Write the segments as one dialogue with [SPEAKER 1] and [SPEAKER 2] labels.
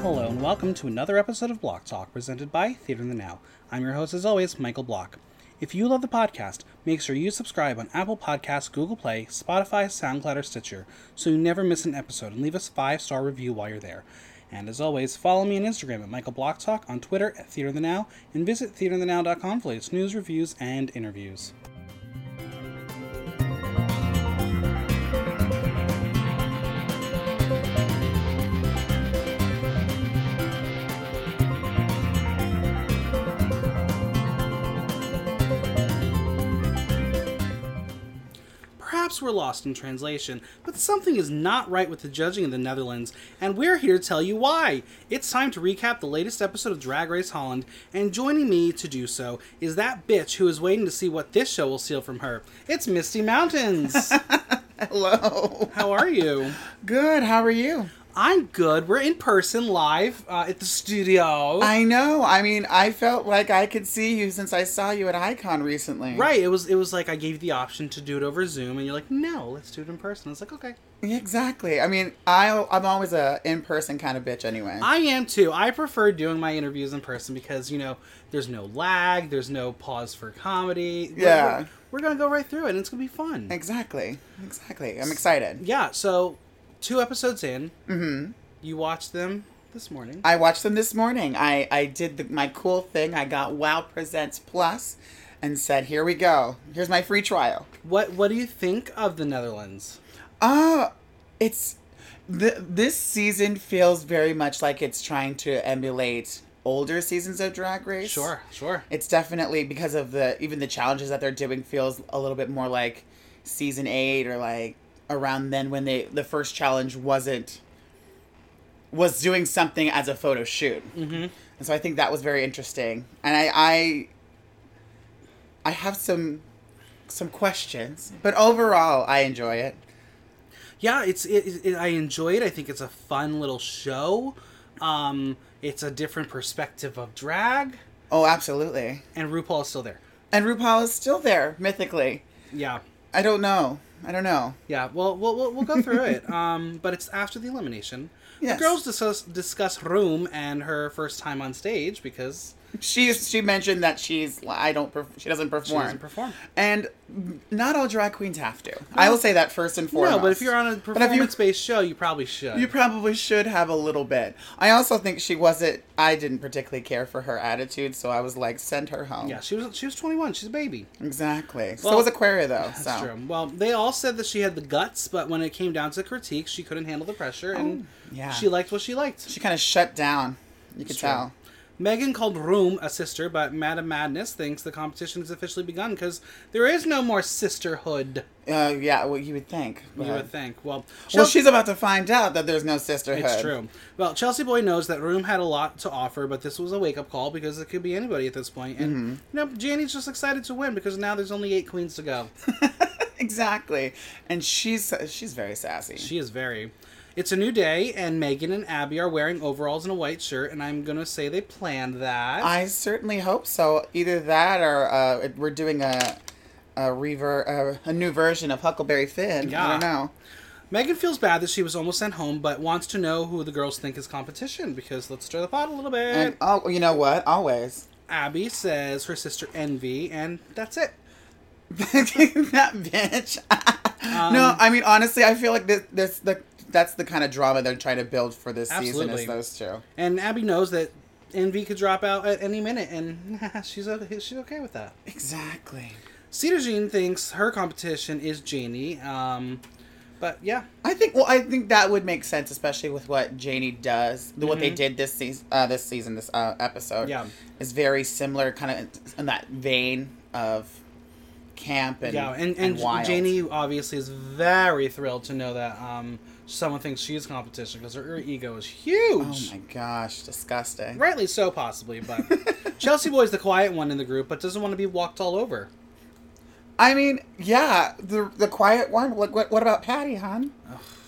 [SPEAKER 1] welcome to another episode of Block Talk presented by Theater in the Now. I'm your host, as always, Michael Block. If you love the podcast, make sure you subscribe on Apple Podcasts, Google Play, Spotify, SoundCloud, or Stitcher so you never miss an episode and leave us a five star review while you're there. And as always, follow me on Instagram at Michael Block Talk, on Twitter at Theater in the Now, and visit theaterthenow.com for latest news, reviews, and interviews. Perhaps we're lost in translation, but something is not right with the judging in the Netherlands, and we're here to tell you why. It's time to recap the latest episode of Drag Race Holland, and joining me to do so is that bitch who is waiting to see what this show will steal from her. It's Misty Mountains.
[SPEAKER 2] Hello.
[SPEAKER 1] How are you?
[SPEAKER 2] Good. How are you?
[SPEAKER 1] I'm good. We're in person live uh, at the studio.
[SPEAKER 2] I know. I mean, I felt like I could see you since I saw you at Icon recently.
[SPEAKER 1] Right, it was it was like I gave you the option to do it over Zoom, and you're like, no, let's do it in person. I was like, okay.
[SPEAKER 2] Exactly. I mean, I I'm always a in person kind of bitch anyway.
[SPEAKER 1] I am too. I prefer doing my interviews in person because you know there's no lag, there's no pause for comedy. We're-
[SPEAKER 2] Yeah.
[SPEAKER 1] we're, we're gonna go right through it, and it's gonna be fun.
[SPEAKER 2] exactly. Exactly. I'm excited.
[SPEAKER 1] Yeah. So, two episodes in, mm-hmm. you watched them this morning.
[SPEAKER 2] I watched them this morning. I I did the, my cool thing. I got Wow Presents Plus, and said, "Here we go. Here's my free trial."
[SPEAKER 1] What What do you think of the Netherlands?
[SPEAKER 2] Uh, it's th- this season feels very much like it's trying to emulate older seasons of Drag Race.
[SPEAKER 1] Sure, sure.
[SPEAKER 2] It's definitely because of the even the challenges that they're doing feels a little bit more like season 8 or like around then when they the first challenge wasn't was doing something as a photo shoot. Mm-hmm. And so I think that was very interesting. And I I I have some some questions, but overall I enjoy it.
[SPEAKER 1] yeah it's it, it, it- i enjoy it i think it's a fun little show um it's a different perspective of drag
[SPEAKER 2] Oh, absolutely.
[SPEAKER 1] and rupaul is still there
[SPEAKER 2] And RuPaul is still there, mythically.
[SPEAKER 1] yeah
[SPEAKER 2] I don't know. I don't know.
[SPEAKER 1] yeah well we'll, we'll, we'll go through it um but it's after the elimination
[SPEAKER 2] Yes.
[SPEAKER 1] the girls discuss discuss room and her first time on stage because
[SPEAKER 2] She's she mentioned that she's I don't perf- she doesn't perform.
[SPEAKER 1] she doesn't perform
[SPEAKER 2] And not all drag queens have to. I will say that first and foremost.
[SPEAKER 1] no but if you're on a
[SPEAKER 2] But if you-
[SPEAKER 1] performance-based show you probably should
[SPEAKER 2] you probably should have a little bit. I also think she wasn't. I didn't particularly care for her attitude, so I was like, send her home.
[SPEAKER 1] yeah she was she was 21 she's a baby
[SPEAKER 2] Exactly. so
[SPEAKER 1] Well-
[SPEAKER 2] was Aquaria though. so.
[SPEAKER 1] That's true. Well, they all said that she had the guts, but when it came down to critique, she couldn't handle the pressure, and
[SPEAKER 2] Oh, yeah.
[SPEAKER 1] she liked what she liked.
[SPEAKER 2] She kind of shut down. You could
[SPEAKER 1] true.
[SPEAKER 2] tell.
[SPEAKER 1] Megan called Room a sister, but Madam Madness thinks the competition has officially begun because there is no more sisterhood,
[SPEAKER 2] Uh, yeah. Well, you would think. But...
[SPEAKER 1] you would think. Well,
[SPEAKER 2] Well,
[SPEAKER 1] Chelsea-
[SPEAKER 2] she's about to find out that there's no sisterhood.
[SPEAKER 1] It's true. Well, Chelsea Boy knows that Room had a lot to offer, but this was a wake up call because it could be anybody at this point. And,
[SPEAKER 2] Mm-hmm.
[SPEAKER 1] you know, Janie's just excited to win because now there's only eight queens to go.
[SPEAKER 2] Exactly. And she's she's very sassy.
[SPEAKER 1] she is very. It's a new day, and Megan and Abby are wearing overalls and a white shirt, and I'm going to say they planned that.
[SPEAKER 2] I certainly hope so. Either that, or uh, we're doing a a rever uh, a new version of Huckleberry Finn. I
[SPEAKER 1] Yeah.
[SPEAKER 2] don't know.
[SPEAKER 1] Megan feels bad that she was almost sent home, but wants to know who the girls think is competition because let's stir the pot a little bit.
[SPEAKER 2] And oh, you know what? Always.
[SPEAKER 1] Abby says her sister Envy, and that's it.
[SPEAKER 2] that bitch.
[SPEAKER 1] Um,
[SPEAKER 2] no, I mean honestly, I feel like this this the that's the kind of drama they're trying to build for this
[SPEAKER 1] Absolutely.
[SPEAKER 2] season. Is those two.
[SPEAKER 1] And Abby knows that Envy could drop out at any minute, and she's o- she's okay with that.
[SPEAKER 2] Exactly.
[SPEAKER 1] Cedar Jean thinks her competition is Janie, um, but yeah,
[SPEAKER 2] I think well, I think that would make sense, especially with what Janie does, the what they did this season, uh, this season, this uh, episode.
[SPEAKER 1] Mm-hmm. Yeah.
[SPEAKER 2] is very similar, kind of in that vein of camp and
[SPEAKER 1] yeah, and and,
[SPEAKER 2] wild.
[SPEAKER 1] Janie obviously is very thrilled to know that um, someone thinks she's competition because her, her ego is huge.
[SPEAKER 2] Oh my gosh, disgusting!
[SPEAKER 1] Rightly so, possibly, but Chelsea Boy's the quiet one in the group, but doesn't want to be walked all over.
[SPEAKER 2] I mean, yeah, the the quiet one. What what, what about Patty, hon?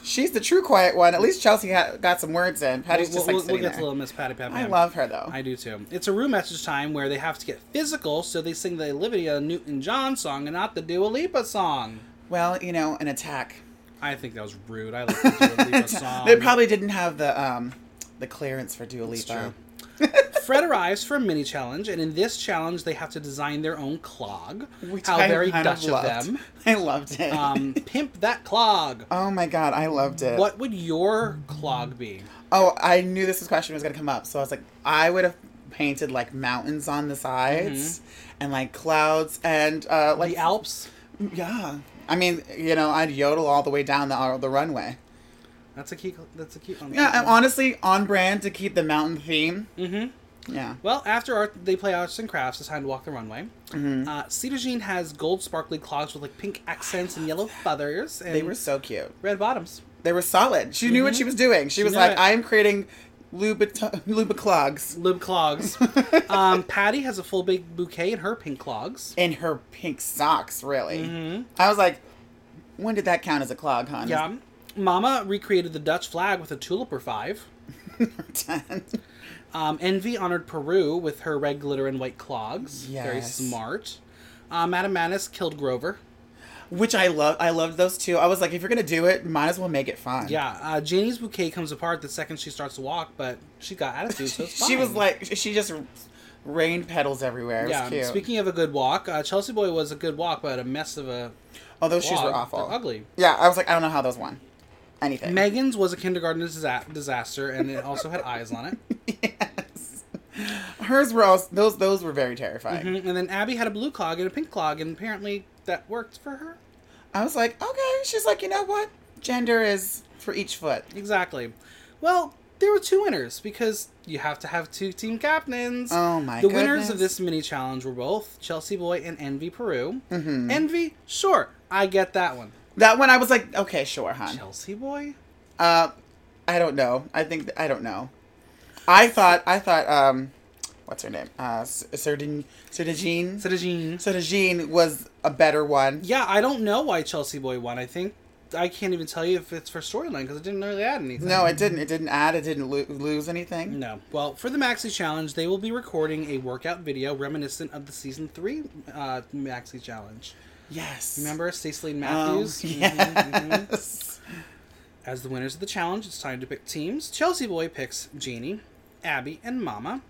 [SPEAKER 2] She's the true quiet one. At least Chelsea ha- got some words in. Patty's
[SPEAKER 1] we'll,
[SPEAKER 2] just like
[SPEAKER 1] we'll- we'll
[SPEAKER 2] sitting
[SPEAKER 1] get to
[SPEAKER 2] there.
[SPEAKER 1] little Miss Patty Pat.
[SPEAKER 2] I
[SPEAKER 1] Pam.
[SPEAKER 2] love her though.
[SPEAKER 1] I do too. It's a room message time where they have to get physical, so they sing the Olivia Newton John song and not the Dua Lipa song.
[SPEAKER 2] well, you know, an attack.
[SPEAKER 1] I think that was rude. I like the Dua Lipa song.
[SPEAKER 2] They probably didn't have the um the clearance for Dua
[SPEAKER 1] It's
[SPEAKER 2] Lipa.
[SPEAKER 1] Fred arrives for a mini challenge, and in this challenge, they have to design their own clog.
[SPEAKER 2] Which
[SPEAKER 1] How
[SPEAKER 2] I
[SPEAKER 1] very
[SPEAKER 2] kind
[SPEAKER 1] Dutch of,
[SPEAKER 2] loved.
[SPEAKER 1] them.
[SPEAKER 2] I loved it.
[SPEAKER 1] Um, pimp that clog.
[SPEAKER 2] oh my god, I loved it.
[SPEAKER 1] What would your clog be?
[SPEAKER 2] Oh, I knew this question was gonna come up, so I was like, I would have painted like mountains on the sides
[SPEAKER 1] Mm-hmm.
[SPEAKER 2] and like clouds and uh, like
[SPEAKER 1] The Alps.
[SPEAKER 2] yeah. I mean, you know, I'd yodel all the way down the uh, the runway.
[SPEAKER 1] That's a key. That's a key. one.
[SPEAKER 2] Yeah, I'm honestly on brand to keep the mountain theme.
[SPEAKER 1] Mhm.
[SPEAKER 2] Yeah.
[SPEAKER 1] Well, after art, they play arts and crafts. It's time to walk the runway.
[SPEAKER 2] Mm-hmm.
[SPEAKER 1] Uh, Cedar Jean has gold sparkly clogs with like pink accents and yellow feathers, and
[SPEAKER 2] They were so cute.
[SPEAKER 1] red bottoms.
[SPEAKER 2] They were solid. She knew what she was doing. She, was
[SPEAKER 1] Mm-hmm. knew
[SPEAKER 2] like,
[SPEAKER 1] it.
[SPEAKER 2] I'm creating Luba, Luba clogs
[SPEAKER 1] Lib clogs. um, Patty has a full big bouquet in her pink clogs.
[SPEAKER 2] in her pink socks, really. I was like, when did that count as a clog, hon?
[SPEAKER 1] Mm-hmm. Yeah. Mama recreated the Dutch flag with a tulip or five. Um, Envy honored Peru with her red glitter and white clogs. Very
[SPEAKER 2] Yes.
[SPEAKER 1] smart. Uh, Madame Manus killed Grover.
[SPEAKER 2] Which I love. I loved those two. I was like, if you're gonna do it, might as well make it fun.
[SPEAKER 1] Yeah, uh, Janie's bouquet comes apart the second she starts to walk, but she got attitude, so it's fine.
[SPEAKER 2] She was like, she just rained petals everywhere. It was
[SPEAKER 1] yeah.
[SPEAKER 2] cute.
[SPEAKER 1] Speaking of a good walk, uh, Chelsea Boy was a good walk, but a mess of a.
[SPEAKER 2] oh, those shoes were
[SPEAKER 1] Wow,
[SPEAKER 2] awful.
[SPEAKER 1] they're ugly.
[SPEAKER 2] Yeah, I was like, I don't know how those won anything.
[SPEAKER 1] Megan's was a kindergarten disa- disaster, and it also had eyes on it.
[SPEAKER 2] Hers were all those. Those were very terrifying.
[SPEAKER 1] Mhm, And then Abby had a blue clog and a pink clog, and apparently that worked for her.
[SPEAKER 2] I was like, okay. She's like, you know what? Gender is for each foot.
[SPEAKER 1] Exactly. Well, there were two winners because you have to have two team captains.
[SPEAKER 2] Oh my
[SPEAKER 1] The winners of
[SPEAKER 2] goodness.
[SPEAKER 1] this mini challenge were both Chelsea Boy and Envy Peru.
[SPEAKER 2] Mm-hmm.
[SPEAKER 1] Envy, sure, I get that one.
[SPEAKER 2] That one, I was like, okay, sure, hon.
[SPEAKER 1] Chelsea Boy?
[SPEAKER 2] Uh, I don't know. I think I don't know. I thought I thought um, what's her name? Uh, Sardine Sardine
[SPEAKER 1] Cetogene.
[SPEAKER 2] Sardine was a better one.
[SPEAKER 1] Yeah, I don't know why Chelsea Boy won. I think I can't even tell you if it's for storyline because it didn't really add anything.
[SPEAKER 2] No, it didn't. It didn't add. It didn't lo- lose anything.
[SPEAKER 1] No. Well, for the Maxi Challenge, they will be recording a workout video reminiscent of the season three uh, Maxi Challenge.
[SPEAKER 2] Yes.
[SPEAKER 1] Remember Cecily
[SPEAKER 2] Oh,
[SPEAKER 1] Matthews? Mhm, mhm.
[SPEAKER 2] yes.
[SPEAKER 1] As the winners of the challenge, it's time to pick teams. Chelsea Boy picks Jeannie, Abby, and Mama.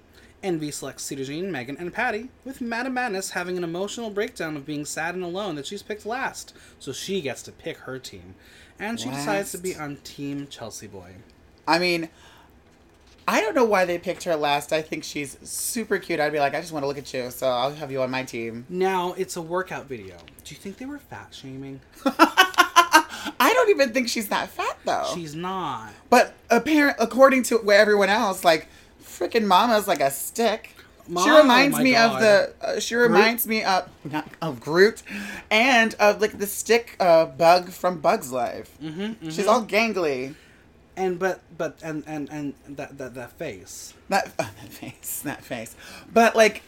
[SPEAKER 1] Envy selects Cedar Jean, Megan, and Patty, with Madame Madness having an emotional breakdown of being sad and alone that she's picked last, so she gets to pick her team. And she decides to be
[SPEAKER 2] Last.
[SPEAKER 1] on Team Chelsea Boy.
[SPEAKER 2] I mean, I don't know why they picked her last. I think she's super cute. I'd be like, I just want to look at you, so I'll have you on my team.
[SPEAKER 1] Now, it's a workout video. Do you think they were fat shaming?
[SPEAKER 2] I don't even think she's that fat though.
[SPEAKER 1] She's not.
[SPEAKER 2] But apparent, according to where everyone else, like freaking Mama's like a stick. she
[SPEAKER 1] Mama,
[SPEAKER 2] reminds
[SPEAKER 1] my
[SPEAKER 2] me of
[SPEAKER 1] God.
[SPEAKER 2] the. Uh, she reminds me of not of Groot, and of like the stick uh, bug from Bug's Life. Mm-hmm, She's all gangly.
[SPEAKER 1] And, but, but, and, and, and that, that, that face.
[SPEAKER 2] That, oh, that face, that face. But like,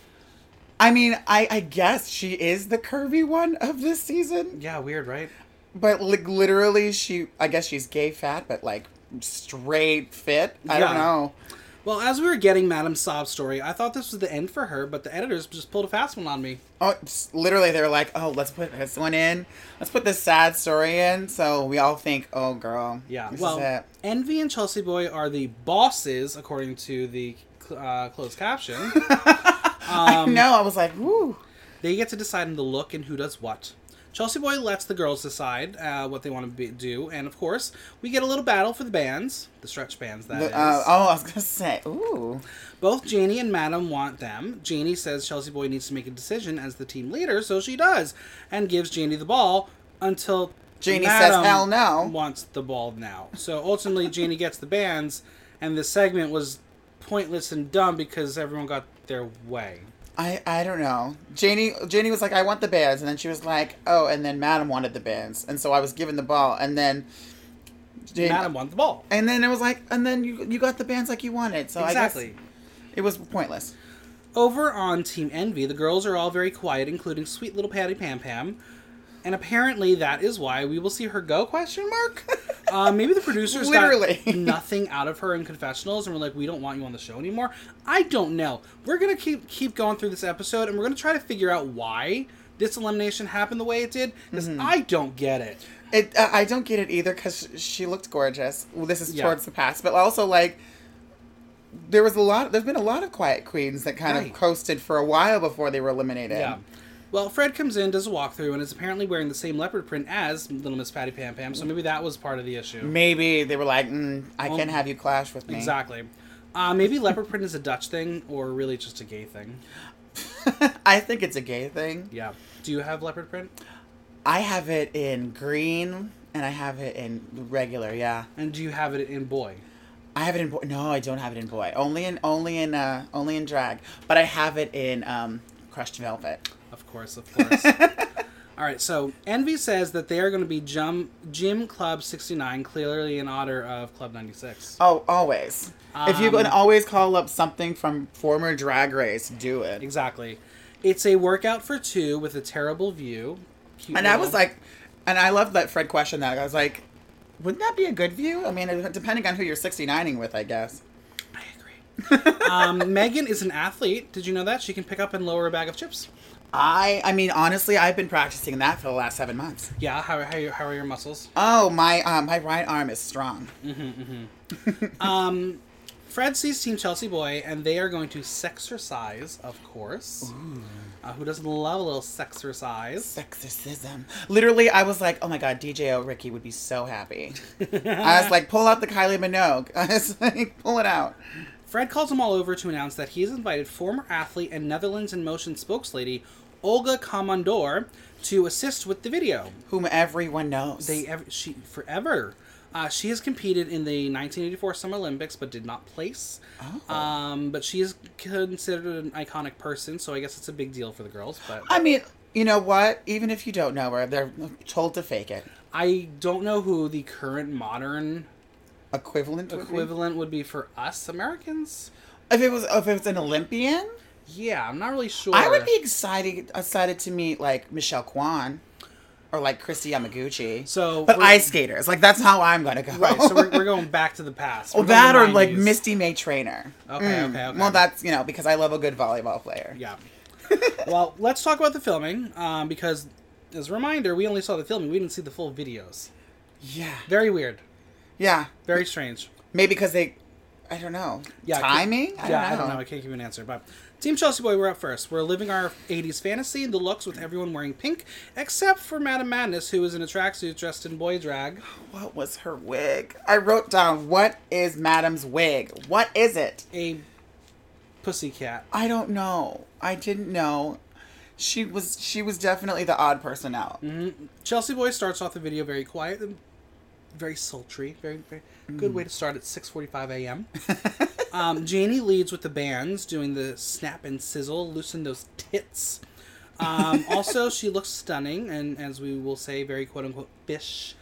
[SPEAKER 2] I mean, I I guess she is the curvy one of this season.
[SPEAKER 1] Yeah, weird, right?
[SPEAKER 2] But like literally, she. I guess she's gay fat, but like straight fit. I don't
[SPEAKER 1] Yeah.
[SPEAKER 2] know.
[SPEAKER 1] Well, as we were getting Madame Sob's story, I thought this was the end for her, but the editors just pulled a fast one on me.
[SPEAKER 2] Oh, it's- literally, they were like, "Oh, let's put this one in. Let's put this sad story in." So we all think, "Oh, girl,
[SPEAKER 1] Yeah.
[SPEAKER 2] this is
[SPEAKER 1] well,
[SPEAKER 2] it."
[SPEAKER 1] Envy and Chelsea Boy are the bosses, according to the cl- uh, closed caption.
[SPEAKER 2] I
[SPEAKER 1] um,
[SPEAKER 2] know. I was like, "Woo."
[SPEAKER 1] they get to decide on the look and who does what. Chelsea Boy lets the girls decide uh, what they want to be- do, and of course, we get a little battle for the bands, the stretch bands, that is.
[SPEAKER 2] The- uh, oh, I was gonna say, "Ooh."
[SPEAKER 1] Both Janie and Madam want them. Janie says Chelsea Boy needs to make a decision as the team leader, so she does, and gives Janie the ball until
[SPEAKER 2] Janie says,
[SPEAKER 1] Madam
[SPEAKER 2] "Hell no."
[SPEAKER 1] wants the ball now. So ultimately, Janie gets the bands, and this segment was pointless and dumb because everyone got their way.
[SPEAKER 2] I I don't know. Janie Janie was like, "I want the bands," and then she was like, "Oh," and then Madam wanted the bands, and so I was given the ball, and then. Janie,
[SPEAKER 1] Madam wants the ball.
[SPEAKER 2] And then it was like, and then you you got the bands like you wanted, so I
[SPEAKER 1] Exactly.
[SPEAKER 2] guess it was pointless.
[SPEAKER 1] Over on Team Envy, the girls are all very quiet, including sweet little Patty Pam Pam. And apparently that is why we will see her go question mark. Uh, maybe the producers
[SPEAKER 2] Literally.
[SPEAKER 1] got nothing out of her in confessionals and we're like, we don't want you on the show anymore. I don't know. We're gonna keep keep going through this episode and we're gonna try to figure out why this elimination happened the way it did, because I don't get it.
[SPEAKER 2] It, uh, I don't get it either because she looked gorgeous. Well, this is
[SPEAKER 1] Yeah.
[SPEAKER 2] towards the past, but also like, there was a lot. There's been a lot of quiet queens that kind
[SPEAKER 1] Right.
[SPEAKER 2] of coasted for a while before they were eliminated.
[SPEAKER 1] Yeah. Well, Fred comes in, does a walkthrough, and is apparently wearing the same leopard print as Little Miss Patty Pam Pam, so maybe that was part of the issue.
[SPEAKER 2] Maybe they were like, mm, I can't have you clash with me.
[SPEAKER 1] Exactly. Uh, maybe leopard print is a Dutch thing, or really just a gay thing.
[SPEAKER 2] I think it's a gay thing.
[SPEAKER 1] Yeah. Do you have leopard print?
[SPEAKER 2] I have it in green and I have it in regular. Yeah,
[SPEAKER 1] And do you have it in boy?
[SPEAKER 2] I have it in boy. No, I don't have it in boy. Only in only in uh only in drag. But I have it in um crushed velvet.
[SPEAKER 1] Of course, of course. All right, so Envy says that they are going to be Jum, Gym Club 69, clearly in honor of Club 96.
[SPEAKER 2] Oh, always. if you
[SPEAKER 1] Um,
[SPEAKER 2] can always call up something from former Drag Race, do it.
[SPEAKER 1] Exactly. It's a workout for two with a terrible view. Cute
[SPEAKER 2] And I
[SPEAKER 1] little-
[SPEAKER 2] was like, and I love that Fred questioned that. I was like, wouldn't that be a good view? I mean, it- depending on who you're 69ing with, I guess.
[SPEAKER 1] I agree. um, Megan is an athlete. Did you know that? She can pick up and lower a bag of chips.
[SPEAKER 2] I, I mean, honestly, I've been practicing that for the last seven months.
[SPEAKER 1] Yeah, how, how, how are your muscles?
[SPEAKER 2] Oh, my, um, my right arm is strong.
[SPEAKER 1] Mm. Fred sees Team Chelsea Boy, and they are going to sexercise, of course. Uh, who doesn't love a little sexercise?
[SPEAKER 2] Sexism. Literally, I was like, oh my god, DJ O Ricky would be so happy. I was like, pull out the Kylie Minogue. I was like, pull it out.
[SPEAKER 1] Fred calls them all over to announce that he has invited former athlete and Netherlands in motion spokeslady Olga Commandor to assist with the video.
[SPEAKER 2] Whom everyone knows.
[SPEAKER 1] They ev- she forever. Uh, she has competed in the 1984 Summer Olympics but did not place.
[SPEAKER 2] Oh.
[SPEAKER 1] Um, but she is considered an iconic person, so I guess it's a big deal for the girls. But
[SPEAKER 2] I mean, you know what? Even if you don't know her, they're told to fake it.
[SPEAKER 1] I don't know who the current modern
[SPEAKER 2] Equivalent. would be-
[SPEAKER 1] equivalent would be for us Americans.
[SPEAKER 2] If it was, if it was an Olympian,
[SPEAKER 1] Yeah, I'm not really sure.
[SPEAKER 2] I would be excited, excited to meet like Michelle Kwan, or like Christy Yamaguchi.
[SPEAKER 1] So
[SPEAKER 2] but
[SPEAKER 1] we're-
[SPEAKER 2] ice skaters, like that's how I'm gonna go.
[SPEAKER 1] Right, so we're, we're going back to the past.
[SPEAKER 2] Well,
[SPEAKER 1] We're going
[SPEAKER 2] Oh, that
[SPEAKER 1] to
[SPEAKER 2] or
[SPEAKER 1] the
[SPEAKER 2] like
[SPEAKER 1] 90s.
[SPEAKER 2] Misty May Trainer. Mm.
[SPEAKER 1] Okay, okay, okay.
[SPEAKER 2] Well, that's you know because I love a good volleyball player.
[SPEAKER 1] Yeah. well, let's talk about the filming um, because, as a reminder, we only saw the filming. We didn't see the full videos.
[SPEAKER 2] yeah,
[SPEAKER 1] Very weird.
[SPEAKER 2] yeah.
[SPEAKER 1] Very strange.
[SPEAKER 2] Maybe because they, I don't know.
[SPEAKER 1] Yeah,
[SPEAKER 2] timing.
[SPEAKER 1] yeah, I don't know. I can't give you an answer. But Team Chelsea Boy, we're up first. We're living our 80s fantasy in the looks with everyone wearing pink, except for Madame Madness, who is in a tracksuit dressed in boy drag.
[SPEAKER 2] What was her wig? I wrote down what is Madame's wig. What is it?
[SPEAKER 1] A pussycat.
[SPEAKER 2] I don't know. I didn't know. She was she was definitely the odd person out.
[SPEAKER 1] Mm-hmm. Chelsea Boy starts off the video very quiet and very sultry. Very, very good way to start at 6.45 a.m. um, Janie leads with the bands, doing the snap and sizzle, loosen those tits. Um, also, she looks stunning and, as we will say, very quote-unquote fish.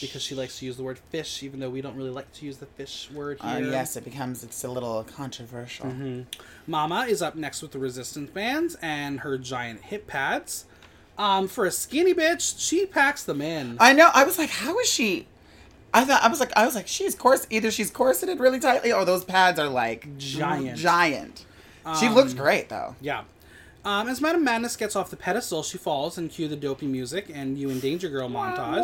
[SPEAKER 1] Because she likes to use the word fish, even though we don't really like to use the fish word here.
[SPEAKER 2] Uh, yes, it becomes it's a little controversial.
[SPEAKER 1] Mm-hmm. Mama is up next with the resistance bands and her giant hip pads. Um, for a skinny bitch, she packs them in.
[SPEAKER 2] I know. I was like, how is she? I thought I was like I was like she's course either she's corseted really tightly or those pads are like
[SPEAKER 1] Giant. Um,
[SPEAKER 2] Giant. she looked great though.
[SPEAKER 1] Yeah. Um, as Madame Madness gets off the pedestal, she falls and cue the dopey music and You and Danger Girl montage.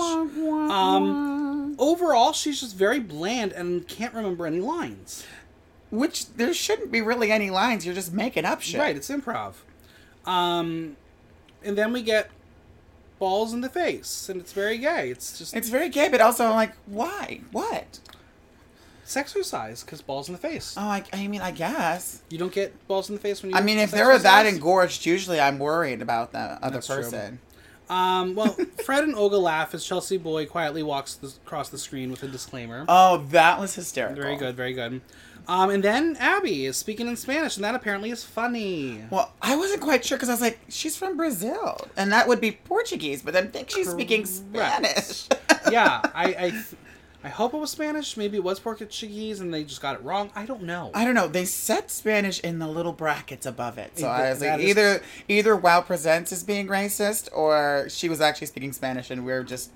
[SPEAKER 1] Um, overall, she's just very bland and can't remember any lines.
[SPEAKER 2] Which there shouldn't be really any lines. You're just making up shit.
[SPEAKER 1] Right, it's improv. Um, and then we get balls in the face, and it's very gay. It's just
[SPEAKER 2] It's very gay, but also I'm like, why? What?
[SPEAKER 1] sexercise because balls in the face.
[SPEAKER 2] Oh, I, I mean, I guess.
[SPEAKER 1] You don't get balls in the face when you.
[SPEAKER 2] I mean, if
[SPEAKER 1] sexercise?
[SPEAKER 2] they were that engorged, usually I'm worried about the other
[SPEAKER 1] That's true.
[SPEAKER 2] person.
[SPEAKER 1] Um, well, Fred and Olga laugh as Chelsea Boy quietly walks th- across the screen with a disclaimer.
[SPEAKER 2] Oh, that was hysterical.
[SPEAKER 1] Very good, very good. Um, and then Abby is speaking in Spanish, and that apparently is funny.
[SPEAKER 2] Well, I wasn't quite sure because I was like, she's from Brazil, and that would be Portuguese, but then I think she's speaking
[SPEAKER 1] Correct.
[SPEAKER 2] Spanish.
[SPEAKER 1] yeah, I, I, th- I hope it was Spanish. Maybe it was Portuguese, and they just got it wrong. I don't know.
[SPEAKER 2] I don't know. They said Spanish in the little brackets above it, so
[SPEAKER 1] Either-
[SPEAKER 2] I was
[SPEAKER 1] that
[SPEAKER 2] like,
[SPEAKER 1] is-
[SPEAKER 2] either either Wow Presents is being racist, or she was actually speaking Spanish, and we're just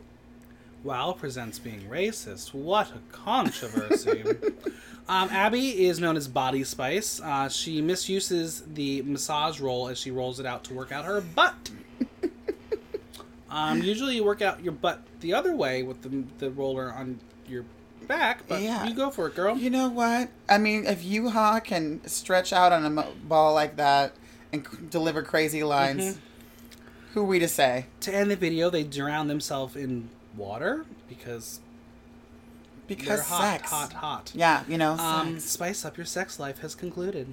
[SPEAKER 1] wow presents being racist. What a controversy. um, Abby is known as Body Spice. Uh, she misuses the massage roll as she rolls it out to work out her butt. Um, usually, you work out your butt the other way with the the roller on your back, but
[SPEAKER 2] Yeah.
[SPEAKER 1] you go for it, girl.
[SPEAKER 2] You know what? I mean, if U Ha can stretch out on a mo- ball like that and c- deliver crazy lines,
[SPEAKER 1] Mm-hmm.
[SPEAKER 2] who are we to say?
[SPEAKER 1] To end the video, they drown themselves in water because
[SPEAKER 2] Because
[SPEAKER 1] they're hot,
[SPEAKER 2] sex.
[SPEAKER 1] hot, hot.
[SPEAKER 2] Yeah, you know,
[SPEAKER 1] Um,
[SPEAKER 2] sex.
[SPEAKER 1] spice up your sex life has concluded.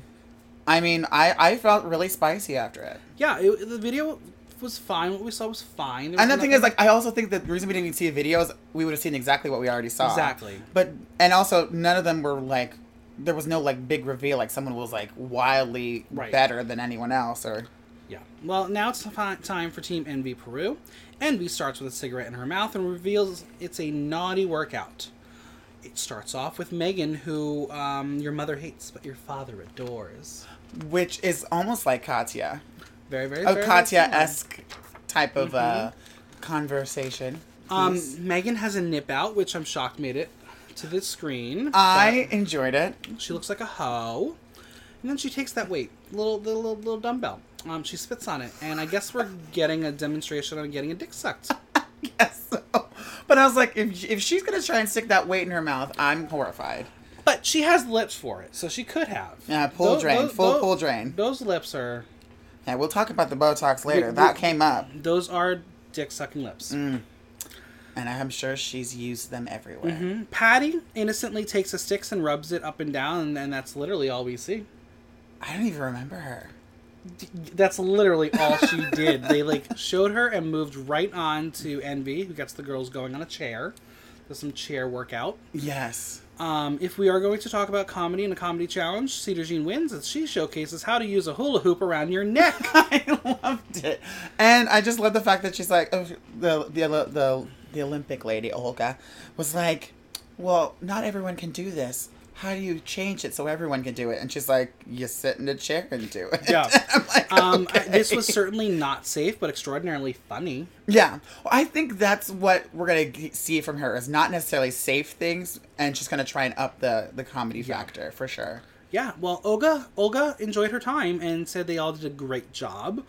[SPEAKER 2] I mean, I, I felt really spicy after it.
[SPEAKER 1] Yeah, it, the video was fine. What we saw was fine. There was
[SPEAKER 2] And the thing
[SPEAKER 1] nothing-
[SPEAKER 2] is, like, I also think that the reason we didn't even see the videos, we would have seen exactly what we already saw.
[SPEAKER 1] Exactly.
[SPEAKER 2] But and also, none of them were like, there was no like big reveal. Like someone was like wildly
[SPEAKER 1] Right.
[SPEAKER 2] better than anyone else, or
[SPEAKER 1] Yeah. Well, now it's ti- time for Team Envy Peru. Envy starts with a cigarette in her mouth and reveals it's a naughty workout. It starts off with Megan, who um, your mother hates but your father adores.
[SPEAKER 2] which is almost like Katya,
[SPEAKER 1] Very, very,
[SPEAKER 2] a
[SPEAKER 1] very
[SPEAKER 2] Oh, Katya
[SPEAKER 1] similar.
[SPEAKER 2] esque type of uh, conversation.
[SPEAKER 1] Um,
[SPEAKER 2] piece.
[SPEAKER 1] Megan has a nip out, which I'm shocked made it to the screen.
[SPEAKER 2] I enjoyed it.
[SPEAKER 1] But she looks like a hoe, and then she takes that weight, little little little, little dumbbell. Um, she spits on it, and I guess we're getting a demonstration of getting a dick sucked.
[SPEAKER 2] Yes. But I was like, if, if she's gonna try and stick that weight in her mouth, I'm horrified.
[SPEAKER 1] But she has lips for it, so she could have.
[SPEAKER 2] Yeah, pull
[SPEAKER 1] Tho-
[SPEAKER 2] drain,
[SPEAKER 1] tho-
[SPEAKER 2] full
[SPEAKER 1] tho-
[SPEAKER 2] pull drain.
[SPEAKER 1] Those lips are
[SPEAKER 2] Yeah, we'll talk about the Botox later.
[SPEAKER 1] we-
[SPEAKER 2] that came up,
[SPEAKER 1] those are dick sucking lips.
[SPEAKER 2] Mm. and I'm sure she's used them everywhere.
[SPEAKER 1] Mhm. Patty innocently takes a sticks and rubs it up and down, and, and that's literally all we see.
[SPEAKER 2] I don't even remember her.
[SPEAKER 1] D- That's literally all she did. They like showed her and moved right on to Envy, who gets the girls going on a chair. Does some chair workout.
[SPEAKER 2] Yes.
[SPEAKER 1] Um, if we are going to talk about comedy and a comedy challenge, Cedar Jean wins as she showcases how to use a hula hoop around your neck.
[SPEAKER 2] I loved it. And I just love the fact that she's like, oh, the, the, the, the Olympic lady, Olga, was like, well, not everyone can do this. How do you change it so everyone can do it? And she's like, you sit in a chair and do it.
[SPEAKER 1] Yeah.
[SPEAKER 2] I'm like,
[SPEAKER 1] Um, I-
[SPEAKER 2] okay.
[SPEAKER 1] This was certainly not safe, but extraordinarily funny.
[SPEAKER 2] Yeah. Well, I think that's what we're going to see from her is not necessarily safe things and she's going to try and up the, the comedy factor for sure.
[SPEAKER 1] Yeah. Well, Olga Olga enjoyed her time and said they all did a great job.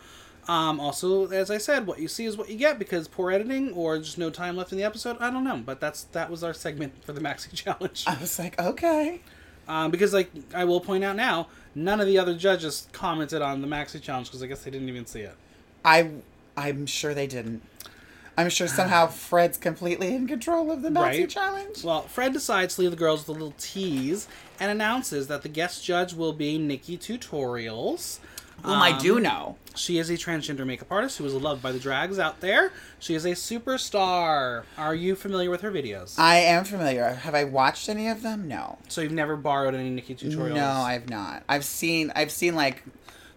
[SPEAKER 1] Um, also, as I said, what you see is what you get because poor editing or just no time left in the episode. I don't know, but that's that was our segment for the Maxi Challenge.
[SPEAKER 2] I was like, okay.
[SPEAKER 1] Um, because like I will point out now, none of the other judges commented on the Maxi Challenge because I guess they didn't even see it.
[SPEAKER 2] I I'm sure they didn't. I'm sure somehow Fred's completely in control of the Nazi
[SPEAKER 1] Right.
[SPEAKER 2] challenge.
[SPEAKER 1] Well, Fred decides to leave the girls with a little tease and announces that the guest judge will be Nikki Tutorials.
[SPEAKER 2] Whom I
[SPEAKER 1] Um,
[SPEAKER 2] do know.
[SPEAKER 1] She is a transgender makeup artist who is loved by the drags out there. She is a superstar. Are you familiar with her videos?
[SPEAKER 2] I am familiar. Have I watched any of them? No.
[SPEAKER 1] so you've never borrowed any Nikki tutorials?
[SPEAKER 2] No, I've not. I've seen I've seen like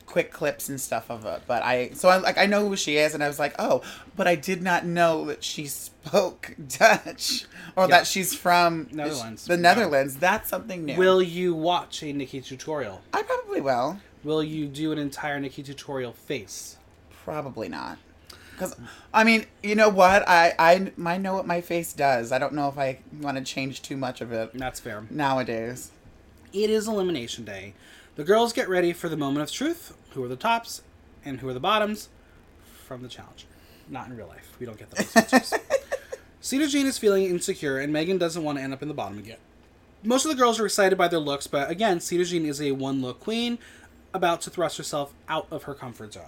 [SPEAKER 2] quick clips and stuff of it, but I so I like I know who she is and I was like, "Oh, but I did not know that she spoke Dutch or that she's from
[SPEAKER 1] Netherlands.
[SPEAKER 2] The
[SPEAKER 1] No.
[SPEAKER 2] Netherlands. That's something new.
[SPEAKER 1] Will you watch a Nikki tutorial?
[SPEAKER 2] I probably will.
[SPEAKER 1] Will you do an entire Nikki tutorial face?
[SPEAKER 2] Probably not. Because, I mean, you know what? I, I, I know what my face does. I don't know if I want to change too much of it
[SPEAKER 1] That's fair.
[SPEAKER 2] nowadays.
[SPEAKER 1] It is elimination day. The girls get ready for the moment of truth. Who are the tops and who are the bottoms from the challenge? Not in real life. We don't get those answers. Cedar Jean is feeling insecure, and Megan doesn't want to end up in the bottom again. Most of the girls are excited by their looks, but again, Cedar Jean is a one look queen about to thrust herself out of her comfort zone.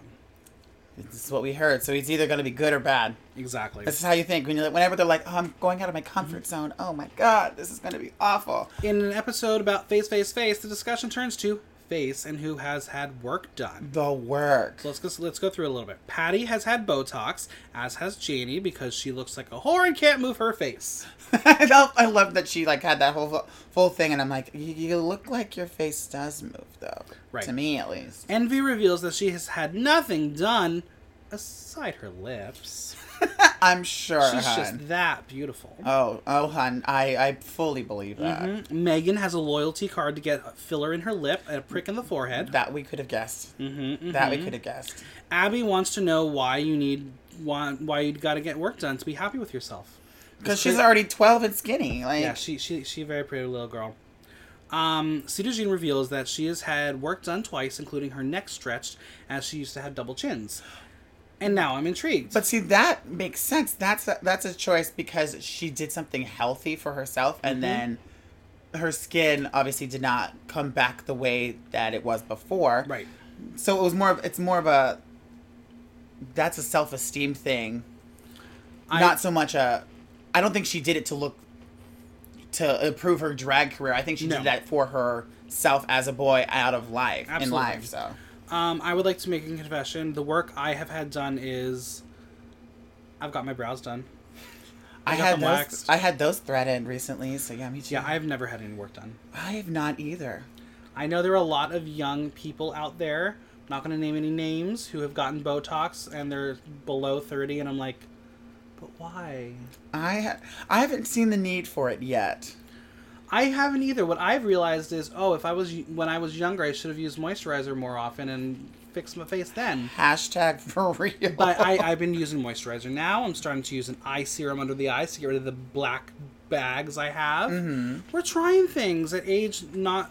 [SPEAKER 2] This is what we heard. So he's either going to be good or bad.
[SPEAKER 1] Exactly.
[SPEAKER 2] This is how you think. When you're, like- whenever they're like, oh, I'm going out of my comfort
[SPEAKER 1] Mm-hmm.
[SPEAKER 2] zone. Oh my God, this is going to be awful.
[SPEAKER 1] In an episode about face, face, face, the discussion turns to face and who has had work done.
[SPEAKER 2] The work.
[SPEAKER 1] So let's go, let's go through a little bit. Patty has had Botox, as has Janie, because she looks like a whore and can't move her face.
[SPEAKER 2] I, love, I love that she like had that whole full thing. And I'm like, you, you look like your face does move, though.
[SPEAKER 1] Right.
[SPEAKER 2] To me, at least.
[SPEAKER 1] Envy reveals that she has had nothing done aside her lips.
[SPEAKER 2] I'm sure.
[SPEAKER 1] She's
[SPEAKER 2] hun.
[SPEAKER 1] just that beautiful.
[SPEAKER 2] Oh, oh, hun. I, I fully believe that.
[SPEAKER 1] Mm-hmm. Megan has a loyalty card to get a filler in her lip and a prick in the forehead.
[SPEAKER 2] That we could have guessed. Mm-hmm, That we could have guessed.
[SPEAKER 1] Abby wants to know why you need why, why you got to get work done to be happy with yourself.
[SPEAKER 2] Because she's
[SPEAKER 1] Cra-
[SPEAKER 2] already 12 and skinny. Like,
[SPEAKER 1] Yeah, she she she a very pretty little girl. Um, Cedar Jean reveals that she has had work done twice, including her neck stretched, as she used to have double chins. And now I'm intrigued.
[SPEAKER 2] But see, that makes sense. That's a, that's a choice because she did something healthy for herself,
[SPEAKER 1] Mm-hmm.
[SPEAKER 2] and then her skin obviously did not come back the way that it was before.
[SPEAKER 1] right.
[SPEAKER 2] So it was more of it's more of a that's a self esteem thing,
[SPEAKER 1] I-
[SPEAKER 2] not so much a. I don't think she did it to look to improve her drag career. I think she
[SPEAKER 1] No.
[SPEAKER 2] did that for herself as a boy out of life in
[SPEAKER 1] Absolutely.
[SPEAKER 2] life. So
[SPEAKER 1] Um, I would like to make a confession. The work I have had done is I've got my brows done.
[SPEAKER 2] I
[SPEAKER 1] got
[SPEAKER 2] had
[SPEAKER 1] them
[SPEAKER 2] those.
[SPEAKER 1] waxed.
[SPEAKER 2] I had those threaded recently. So yeah, me too.
[SPEAKER 1] Yeah, I've never had any work done.
[SPEAKER 2] I have not either.
[SPEAKER 1] I know there are a lot of young people out there, I'm not going to name any names, who have gotten Botox and they're below 30, and I'm like, but why?
[SPEAKER 2] I ha- I haven't seen the need for it yet.
[SPEAKER 1] I haven't either. What I've realized is, oh, if I was when I was younger, I should have used moisturizer more often and fixed my face then.
[SPEAKER 2] Hashtag for real.
[SPEAKER 1] But I, I've been using moisturizer now. I'm starting to use an eye serum under the eyes to get rid of the black bags I have. We're trying things at age not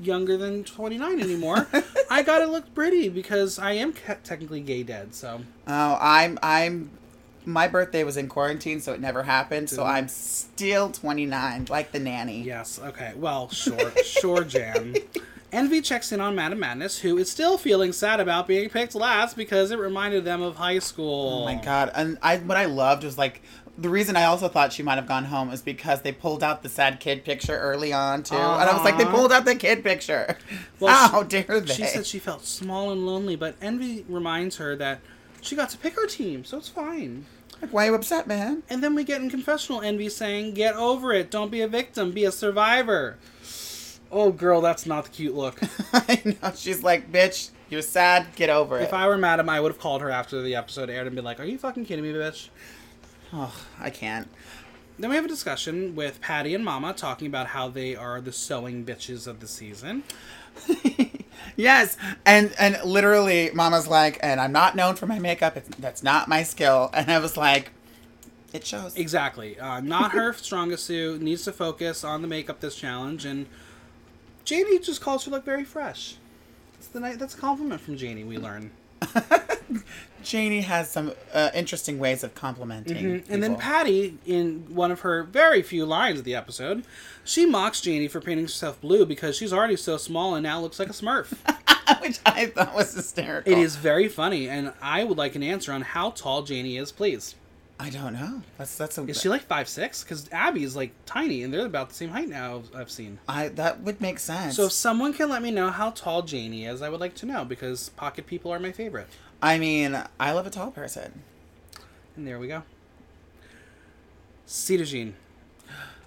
[SPEAKER 1] younger than 29 anymore. I gotta look pretty because I am ca- technically gay dead. So
[SPEAKER 2] oh, I'm I'm. My birthday was in quarantine, so it never happened. So I'm still 29, like the nanny.
[SPEAKER 1] yes, okay. Well, sure, sure, Jan. Envy checks in on Madam Madness, who is still feeling sad about being picked last because it reminded them of high school.
[SPEAKER 2] Oh my god! And I what I loved was like the reason I also thought she might have gone home is because they pulled out the sad kid picture early on too, and I was like, they
[SPEAKER 1] Uh-huh.
[SPEAKER 2] pulled out the kid picture.
[SPEAKER 1] Well,
[SPEAKER 2] How dare they?
[SPEAKER 1] She said she felt small and lonely, but Envy reminds her that she got to pick her team, so it's fine.
[SPEAKER 2] like, "Why are you upset, man?"
[SPEAKER 1] And then we get in confessional Envy saying, Get over it. Don't be a victim. Be a survivor. Oh, girl, that's not the cute look.
[SPEAKER 2] I know. She's like, "Bitch, you're sad. Get over
[SPEAKER 1] if
[SPEAKER 2] it."
[SPEAKER 1] I were Madam, I would have called her after the episode aired and been like, Are you fucking kidding me, bitch?
[SPEAKER 2] Ugh, I can't.
[SPEAKER 1] Then we have a discussion with Patty and Mama talking about how they are the sewing bitches of the season.
[SPEAKER 2] Yes, and and literally, Mama's like, and I'm not known for my makeup. It's, that's not my skill. And I was like, it shows.
[SPEAKER 1] Exactly. Uh, not her strongest suit. Needs to focus on the makeup this challenge. And Janie just calls her look very fresh. It's the night. That's a compliment from Janie. We learn.
[SPEAKER 2] Janie has some uh, interesting ways of complimenting.
[SPEAKER 1] Mm-hmm. And then
[SPEAKER 2] people.
[SPEAKER 1] Patty, in one of her very few lines of the episode, she mocks Janie for painting herself blue because she's already so small and now looks like a Smurf.
[SPEAKER 2] which I thought was hysterical.
[SPEAKER 1] it is very funny, and I would like an answer on how tall Janie is, please.
[SPEAKER 2] I don't know. That's that's a.
[SPEAKER 1] Is she like five six? Because Abby is like tiny, and they're about the same height now. I've- I've seen.
[SPEAKER 2] I that would make sense.
[SPEAKER 1] So if someone can let me know how tall Janie is, I would like to know because pocket people are my favorite.
[SPEAKER 2] I mean, I love a tall person.
[SPEAKER 1] And there we go. Cedar Jean.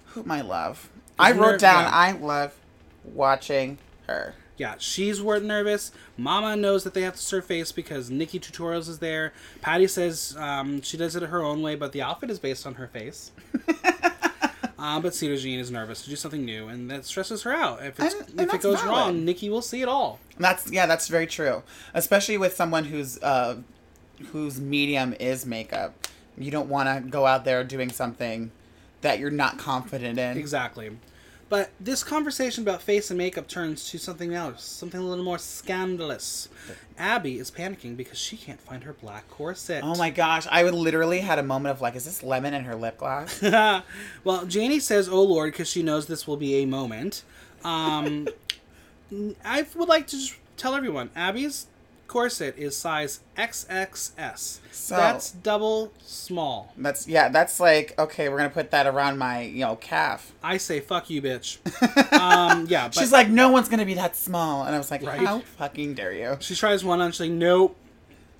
[SPEAKER 2] Whom I love. I
[SPEAKER 1] Isn't
[SPEAKER 2] wrote
[SPEAKER 1] there-
[SPEAKER 2] down.
[SPEAKER 1] yeah.
[SPEAKER 2] I love watching her.
[SPEAKER 1] Yeah, she's wor- nervous. Mama knows that they have to serve face because Nikki Tutorials is there. Patty says um, she does it her own way, but the outfit is based on her face. uh, but Cedar Jean is nervous to do something new, and that stresses her out. If, it's,
[SPEAKER 2] And- and
[SPEAKER 1] if it
[SPEAKER 2] that's
[SPEAKER 1] goes
[SPEAKER 2] valid.
[SPEAKER 1] wrong, Nikki will see it all.
[SPEAKER 2] That's yeah, that's very true. Especially with someone who's uh whose medium is makeup. You don't want to go out there doing something that you're not confident in.
[SPEAKER 1] Exactly. But this conversation about face and makeup turns to something else, something a little more scandalous. Abby is panicking because she can't find her black corset.
[SPEAKER 2] Oh my gosh, I would literally had a moment of like, is this lemon in her lip gloss?
[SPEAKER 1] well, Janie says, "Oh Lord," because she knows this will be a moment. Um, I would like to just tell everyone Abby's corset is size XXS.
[SPEAKER 2] So-
[SPEAKER 1] That's double small.
[SPEAKER 2] that's yeah, that's like okay, we're gonna put that around my you know calf.
[SPEAKER 1] I say, "Fuck you, bitch." um, yeah, but
[SPEAKER 2] She's like, no one's gonna be that small, and I was like,
[SPEAKER 1] Right.
[SPEAKER 2] how fucking dare you?
[SPEAKER 1] she tries one on. She's like, "Nope,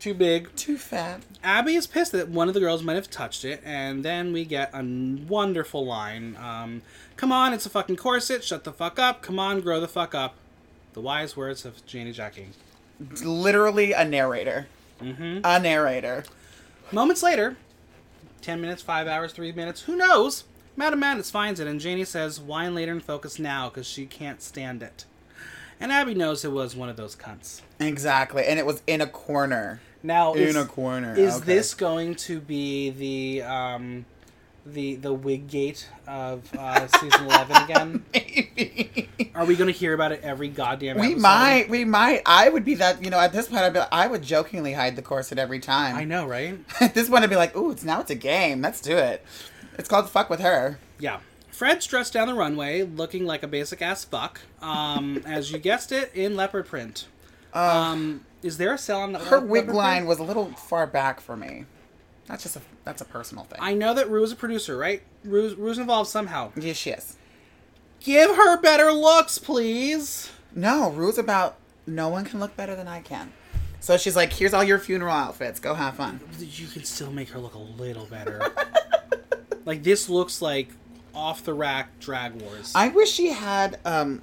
[SPEAKER 1] too big."
[SPEAKER 2] Too fat.
[SPEAKER 1] Abby is pissed that one of the girls might have touched it, and then we get a wonderful line. Um, Come on, it's a fucking corset. Shut the fuck up. Come on, grow the fuck up. The wise words of Janie Jackie.
[SPEAKER 2] Literally a narrator.
[SPEAKER 1] Mm-hmm.
[SPEAKER 2] A narrator.
[SPEAKER 1] Moments later, 10 minutes, 5 hours, 3 minutes, who knows? Madam Madness finds it, and Janie says, Wine later and focus now, because she can't stand it. And Abby knows it was one of those cunts.
[SPEAKER 2] Exactly, and it was in a corner.
[SPEAKER 1] Now,
[SPEAKER 2] In
[SPEAKER 1] is,
[SPEAKER 2] a corner,
[SPEAKER 1] Is
[SPEAKER 2] okay.
[SPEAKER 1] this going to be the um, the the wig gate of uh, season eleven again?
[SPEAKER 2] Maybe.
[SPEAKER 1] Are we going to hear about it every goddamn?
[SPEAKER 2] We
[SPEAKER 1] episode?
[SPEAKER 2] might, we might. I would be that, you know, at this point, I'd be, I would jokingly hide the corset every time.
[SPEAKER 1] I know, right?
[SPEAKER 2] at this point, I'd be like, "Ooh, it's now it's a game. Let's do it." It's called "Fuck with Her."
[SPEAKER 1] Yeah. Fred's dressed down the runway, looking like a basic ass fuck. Um, as you guessed it, in leopard print. Um, is there a sale on the
[SPEAKER 2] Uh, Her wig line was a little far back for me. That's just a that's a personal thing.
[SPEAKER 1] I know that Rue is a producer, right? Rue's, Rue's involved somehow.
[SPEAKER 2] yes, she is.
[SPEAKER 1] Give her better looks, please.
[SPEAKER 2] No, rules about no one can look better than I can. So she's like, "Here's all your funeral outfits. Go have fun."
[SPEAKER 1] You could still make her look a little better. like this looks like off the rack drag wars.
[SPEAKER 2] I wish she had. um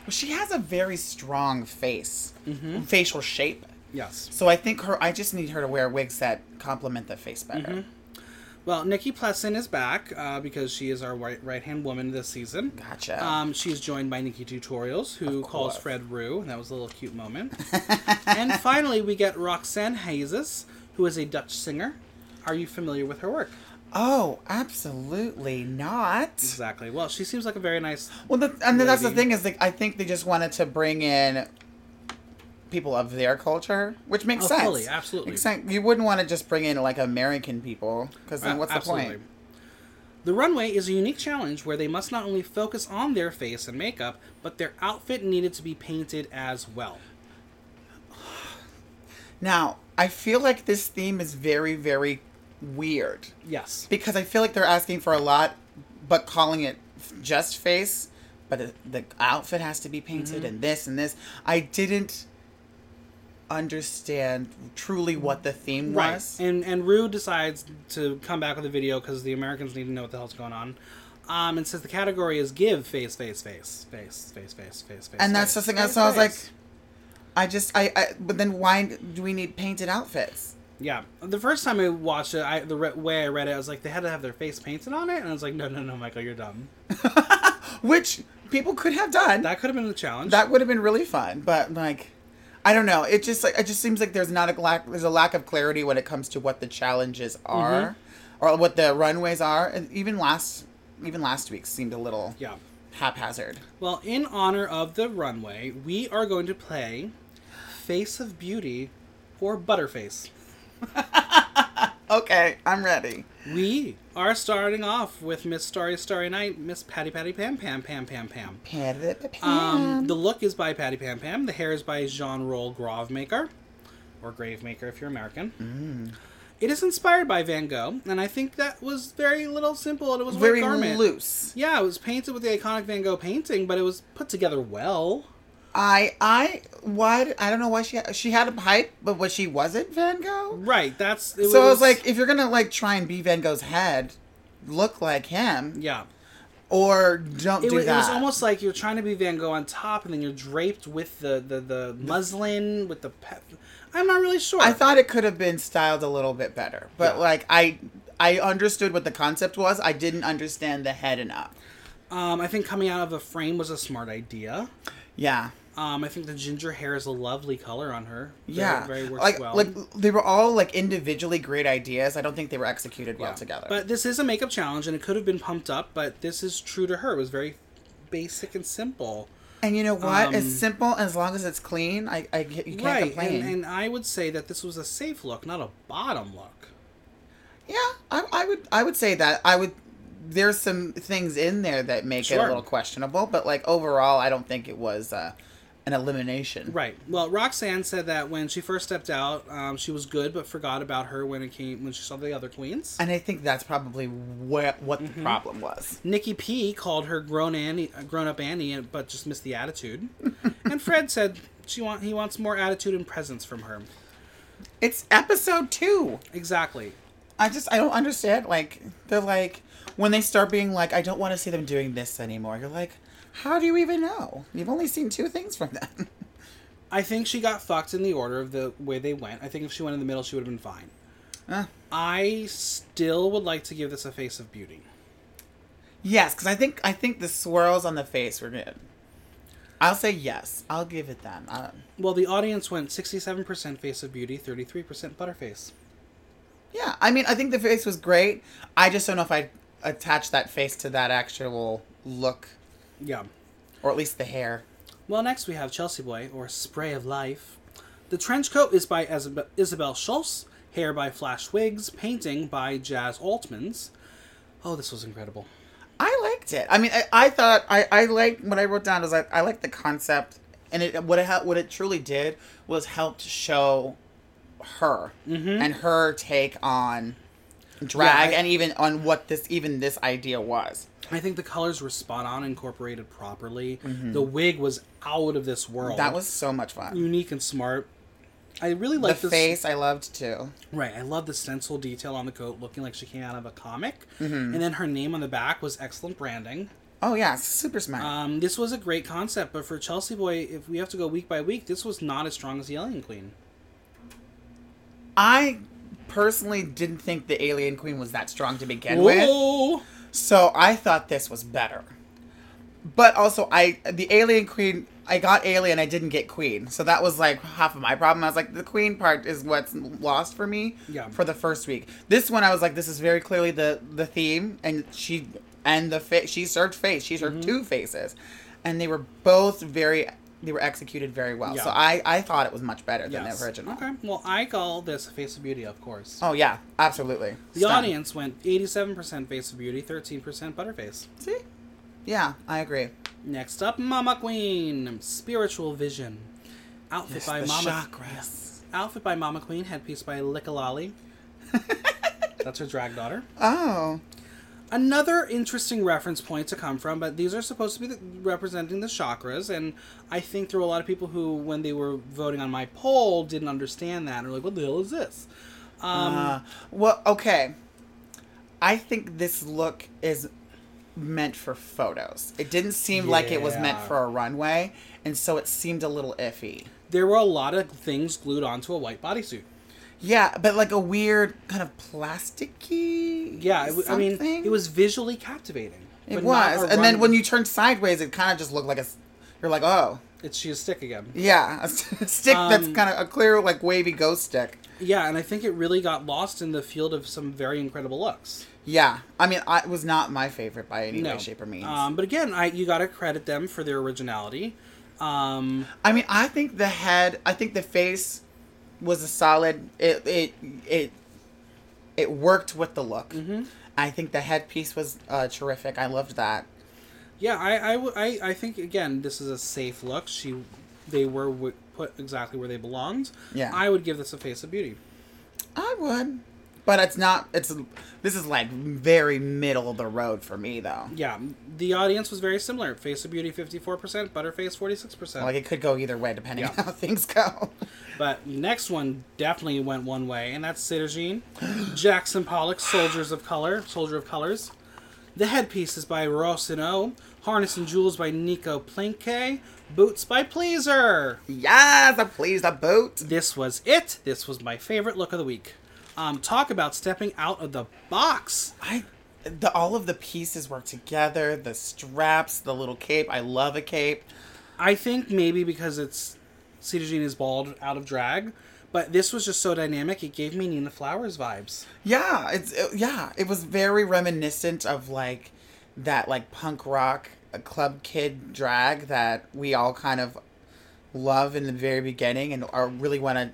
[SPEAKER 2] well, she has a very strong face,
[SPEAKER 1] Mm-hmm.
[SPEAKER 2] facial shape.
[SPEAKER 1] yes.
[SPEAKER 2] So I think her. I just need her to wear wigs that complement the face better.
[SPEAKER 1] Mm-hmm. Well, Nikki Plessin is back uh, because she is our right hand woman this season.
[SPEAKER 2] Gotcha.
[SPEAKER 1] Um, she's joined by Nikki Tutorials, who calls
[SPEAKER 2] course.
[SPEAKER 1] Fred Rue, and that was a little cute moment. and finally, we get Roxanne Hazes, who is a Dutch singer. Are you familiar with her work?
[SPEAKER 2] oh, absolutely not.
[SPEAKER 1] Exactly. Well, she seems like a very nice.
[SPEAKER 2] Well, the, and then that's the
[SPEAKER 1] Lady.
[SPEAKER 2] thing is, like, I think they just wanted to bring in people of their culture, which makes
[SPEAKER 1] Oh,
[SPEAKER 2] sense.
[SPEAKER 1] fully, absolutely.
[SPEAKER 2] Makes sense. You wouldn't want to just bring in like American people, because
[SPEAKER 1] Uh,
[SPEAKER 2] then what's the point?
[SPEAKER 1] The runway is a unique challenge where they must not only focus on their face and makeup, but their outfit needed to be painted as well.
[SPEAKER 2] Now, I feel like this theme is very, very weird
[SPEAKER 1] Yes.
[SPEAKER 2] because I feel like they're asking for a lot, but calling it f- just face. But the, the outfit has to be painted
[SPEAKER 1] Mm-hmm.
[SPEAKER 2] and this and this. I didn't understand truly what the theme
[SPEAKER 1] Right.
[SPEAKER 2] was.
[SPEAKER 1] And and Rue decides to come back with a video because the Americans need to know what the hell's going on. Um, and says the category is give face face face face face face face face.
[SPEAKER 2] And that's the
[SPEAKER 1] face,
[SPEAKER 2] thing. I
[SPEAKER 1] face,
[SPEAKER 2] so I was like,
[SPEAKER 1] face.
[SPEAKER 2] I just, I, I, but then why do we need painted outfits?
[SPEAKER 1] yeah. The first time I watched it, I the re- way I read it, I was like, they had to have their face painted on it, and I was like, no, no, no, Michael, you're dumb.
[SPEAKER 2] Which people could have done. That,
[SPEAKER 1] That could have been the challenge.
[SPEAKER 2] would have been really fun. But like, I don't know. It just like it just seems like there's not a lack. There's a lack of clarity when it comes to what the challenges
[SPEAKER 1] Mm-hmm.
[SPEAKER 2] are, or what the runways are. And even last, even last week seemed a little
[SPEAKER 1] yeah.
[SPEAKER 2] haphazard.
[SPEAKER 1] Well, in honor of the runway, we are going to play Face of Beauty or Butterface.
[SPEAKER 2] Okay, I'm ready.
[SPEAKER 1] We are starting off with Miss Starry Starry Night, Miss Patty Patty Pam Pam Pam Pam Pam. Um, the look is by Patty Pam Pam. The hair is by Jean Roll Gravemaker, or Gravemaker if you're American.
[SPEAKER 2] Mm.
[SPEAKER 1] It is inspired by Van Gogh, and I think that was very little simple. And it was a white
[SPEAKER 2] Very
[SPEAKER 1] garment.
[SPEAKER 2] loose.
[SPEAKER 1] Yeah, it was painted with the iconic Van Gogh painting, but it was put together well.
[SPEAKER 2] I I why did- I don't know why she she had a hype, but what she wasn't Van Gogh.
[SPEAKER 1] Right. That's it
[SPEAKER 2] so I was like, if you're gonna like try and be Van Gogh's head, look like him,
[SPEAKER 1] yeah.
[SPEAKER 2] or don't
[SPEAKER 1] It
[SPEAKER 2] do
[SPEAKER 1] was,
[SPEAKER 2] that.
[SPEAKER 1] it was almost like you're trying to be Van Gogh on top, and then you're draped with the the, the muslin with the. Pe- I'm not really sure.
[SPEAKER 2] I thought it could have been styled a little bit better, but
[SPEAKER 1] Yeah.
[SPEAKER 2] like I I understood what the concept was. I didn't understand the head enough.
[SPEAKER 1] Um, I think coming out of a frame was a smart idea.
[SPEAKER 2] Yeah.
[SPEAKER 1] Um, I think the ginger hair is a lovely color on her. Very-
[SPEAKER 2] Yeah,
[SPEAKER 1] very, works
[SPEAKER 2] like
[SPEAKER 1] well.
[SPEAKER 2] like they were all like individually great ideas. I don't think they were executed well
[SPEAKER 1] Yeah.
[SPEAKER 2] together.
[SPEAKER 1] But this is a makeup challenge, and it could have been pumped up, but this is true to her. It was very basic and simple.
[SPEAKER 2] and you know what?
[SPEAKER 1] um,
[SPEAKER 2] it's simple as long as it's clean. I, I you can't
[SPEAKER 1] right,
[SPEAKER 2] complain.
[SPEAKER 1] And, and I would say that this was a safe look, not a bottom look.
[SPEAKER 2] Yeah, I, I would I would say that I would. There's some things in there that make it
[SPEAKER 1] Sure.
[SPEAKER 2] a little questionable, but like overall, I don't think it was uh, an elimination.
[SPEAKER 1] Right. Well, Roxanne said that when she first stepped out, um, she was good, but forgot about her when it came when she saw the other queens.
[SPEAKER 2] And I think that's probably where what
[SPEAKER 1] Mm-hmm.
[SPEAKER 2] the problem was.
[SPEAKER 1] Nikki P called her grown Annie, uh, grown up Annie, and- but just missed the attitude. and Fred said she want he wants more attitude and presence from her.
[SPEAKER 2] It's episode two.
[SPEAKER 1] Exactly.
[SPEAKER 2] I just I don't understand. Like they're like when they start being like, I don't want to see them doing this anymore. You're like, how do you even know? You've only seen two things from them.
[SPEAKER 1] I think she got fucked in the order of the way they went. I think if she went in the middle, she would have been fine.
[SPEAKER 2] Uh,
[SPEAKER 1] I still would like to give this a face of beauty.
[SPEAKER 2] yes, because I think I think the swirls on the face were good. I'll say yes. I'll give it that. Uh,
[SPEAKER 1] Well, the audience went 67% face of beauty, 33% butterface.
[SPEAKER 2] Yeah, I mean, I think the face was great. I just don't know if I attach that face to that actual look,
[SPEAKER 1] Yeah.
[SPEAKER 2] or at least the hair.
[SPEAKER 1] Well, next we have Chelsea Boy, or Spray of Life. The trench coat is by Isab- Isabel Schultz, hair by Flash Wigs, painting by Jazz Altmans. Oh, this was incredible.
[SPEAKER 2] I liked it. I mean, I, I thought I I like what I wrote down was like I like the concept, and it what it ha- what it truly did was helped show her and her take on drag
[SPEAKER 1] Mm-hmm. Yeah, I-
[SPEAKER 2] and even on what this even this idea was.
[SPEAKER 1] I think the colors were spot on, incorporated properly. The wig was out of this world.
[SPEAKER 2] Mm-hmm. That was so much fun.
[SPEAKER 1] unique and smart. I really
[SPEAKER 2] the
[SPEAKER 1] like this.
[SPEAKER 2] face I loved too.
[SPEAKER 1] Right, I love the stencil detail on the coat, looking like she came out of a comic.
[SPEAKER 2] Mm-hmm.
[SPEAKER 1] And then her name on the back was excellent branding.
[SPEAKER 2] Oh yeah, super smart.
[SPEAKER 1] Um, this was a great concept, but for Chelsea Boy, if we have to go week by week, this was not as strong as the Alien Queen.
[SPEAKER 2] I personally didn't think the Alien Queen was that strong to begin with,
[SPEAKER 1] Whoa!
[SPEAKER 2] so I thought this was better. But also, I the Alien Queen, I got Alien, I didn't get Queen, so that was like half of my problem. I was like, the Queen part is what's lost for me
[SPEAKER 1] Yeah.
[SPEAKER 2] for the first week. This one, I was like, this is very clearly the the theme, and she and the fa- she served face, she
[SPEAKER 1] Mm-hmm.
[SPEAKER 2] served two faces, and they were both very. They were executed very well, so
[SPEAKER 1] Yeah.
[SPEAKER 2] I, I thought it was much better than
[SPEAKER 1] Yes.
[SPEAKER 2] the original.
[SPEAKER 1] Okay, well, I call this a face of beauty, of course.
[SPEAKER 2] Oh yeah, absolutely.
[SPEAKER 1] the
[SPEAKER 2] Stunned.
[SPEAKER 1] audience went 87% face of beauty, 13% butterface.
[SPEAKER 2] See? Yeah, I agree.
[SPEAKER 1] Next up, Mama Queen, spiritual vision. Outfit by Mama Outfit by Mama Queen, headpiece by Likalali. That's her drag daughter.
[SPEAKER 2] Oh.
[SPEAKER 1] Another interesting reference point to come from, but these are supposed to be the, representing the chakras, and I think there were a lot of people who, when they were voting on my poll, didn't understand that and were like, what the hell is this? Um,
[SPEAKER 2] Uh, well, okay. I think this look is meant for photos. It didn't seem like it was meant
[SPEAKER 1] Yeah.
[SPEAKER 2] for a runway, and so it seemed a little iffy.
[SPEAKER 1] there were a lot of things glued onto a white bodysuit.
[SPEAKER 2] Yeah, but like a weird kind of plasticky.
[SPEAKER 1] Yeah, it, w- I mean,
[SPEAKER 2] something?
[SPEAKER 1] it was visually captivating.
[SPEAKER 2] It
[SPEAKER 1] but not
[SPEAKER 2] was,
[SPEAKER 1] a
[SPEAKER 2] and then
[SPEAKER 1] run-
[SPEAKER 2] when you turned sideways, it kind of just looked like a. s- You're like, oh,
[SPEAKER 1] It's she a stick again.
[SPEAKER 2] yeah, a s- stick that's
[SPEAKER 1] Um,
[SPEAKER 2] kind of a clear, like wavy ghost stick.
[SPEAKER 1] Yeah, and I think it really got lost in the field of some very incredible looks.
[SPEAKER 2] Yeah, I mean, I, it was not my favorite by any
[SPEAKER 1] No.
[SPEAKER 2] way, shape, or means.
[SPEAKER 1] Um, but again, I you got to credit them for their originality. Um,
[SPEAKER 2] I mean, I think the head, I think the face was a solid. It it it it worked with the look. I think the headpiece was uh, terrific. I loved that.
[SPEAKER 1] yeah, I, I, w- I- I think again this is a safe look. She, they were w- put exactly where they belonged.
[SPEAKER 2] Yeah.
[SPEAKER 1] I would give this a face of beauty.
[SPEAKER 2] I would, but it's not. It's this is like very middle of the road for me though.
[SPEAKER 1] Yeah, the audience was very similar. Face of beauty, fifty four percent. Butterface, forty six
[SPEAKER 2] Like
[SPEAKER 1] percent.
[SPEAKER 2] it could go either way depending
[SPEAKER 1] Yeah.
[SPEAKER 2] on how things go.
[SPEAKER 1] But next one definitely went one way, and that's Citizen, Jackson Pollock, Soldiers of Color, Soldier of Colors. The headpiece is by Rossino, harness and jewels by Nico Plinke, boots by Pleaser.
[SPEAKER 2] Yes, I please the boat.
[SPEAKER 1] this was it. This was my favorite look of the week. Um, talk about stepping out of the box.
[SPEAKER 2] I the all of the pieces work together. The straps, the little cape. I love a cape.
[SPEAKER 1] I think maybe because it's Cedar Jean is bald out of drag, but this was just so dynamic. It gave me Nina Flowers vibes.
[SPEAKER 2] Yeah, it's uh, yeah. It was very reminiscent of like that like punk rock uh, club kid drag that we all kind of love in the very beginning and are really want to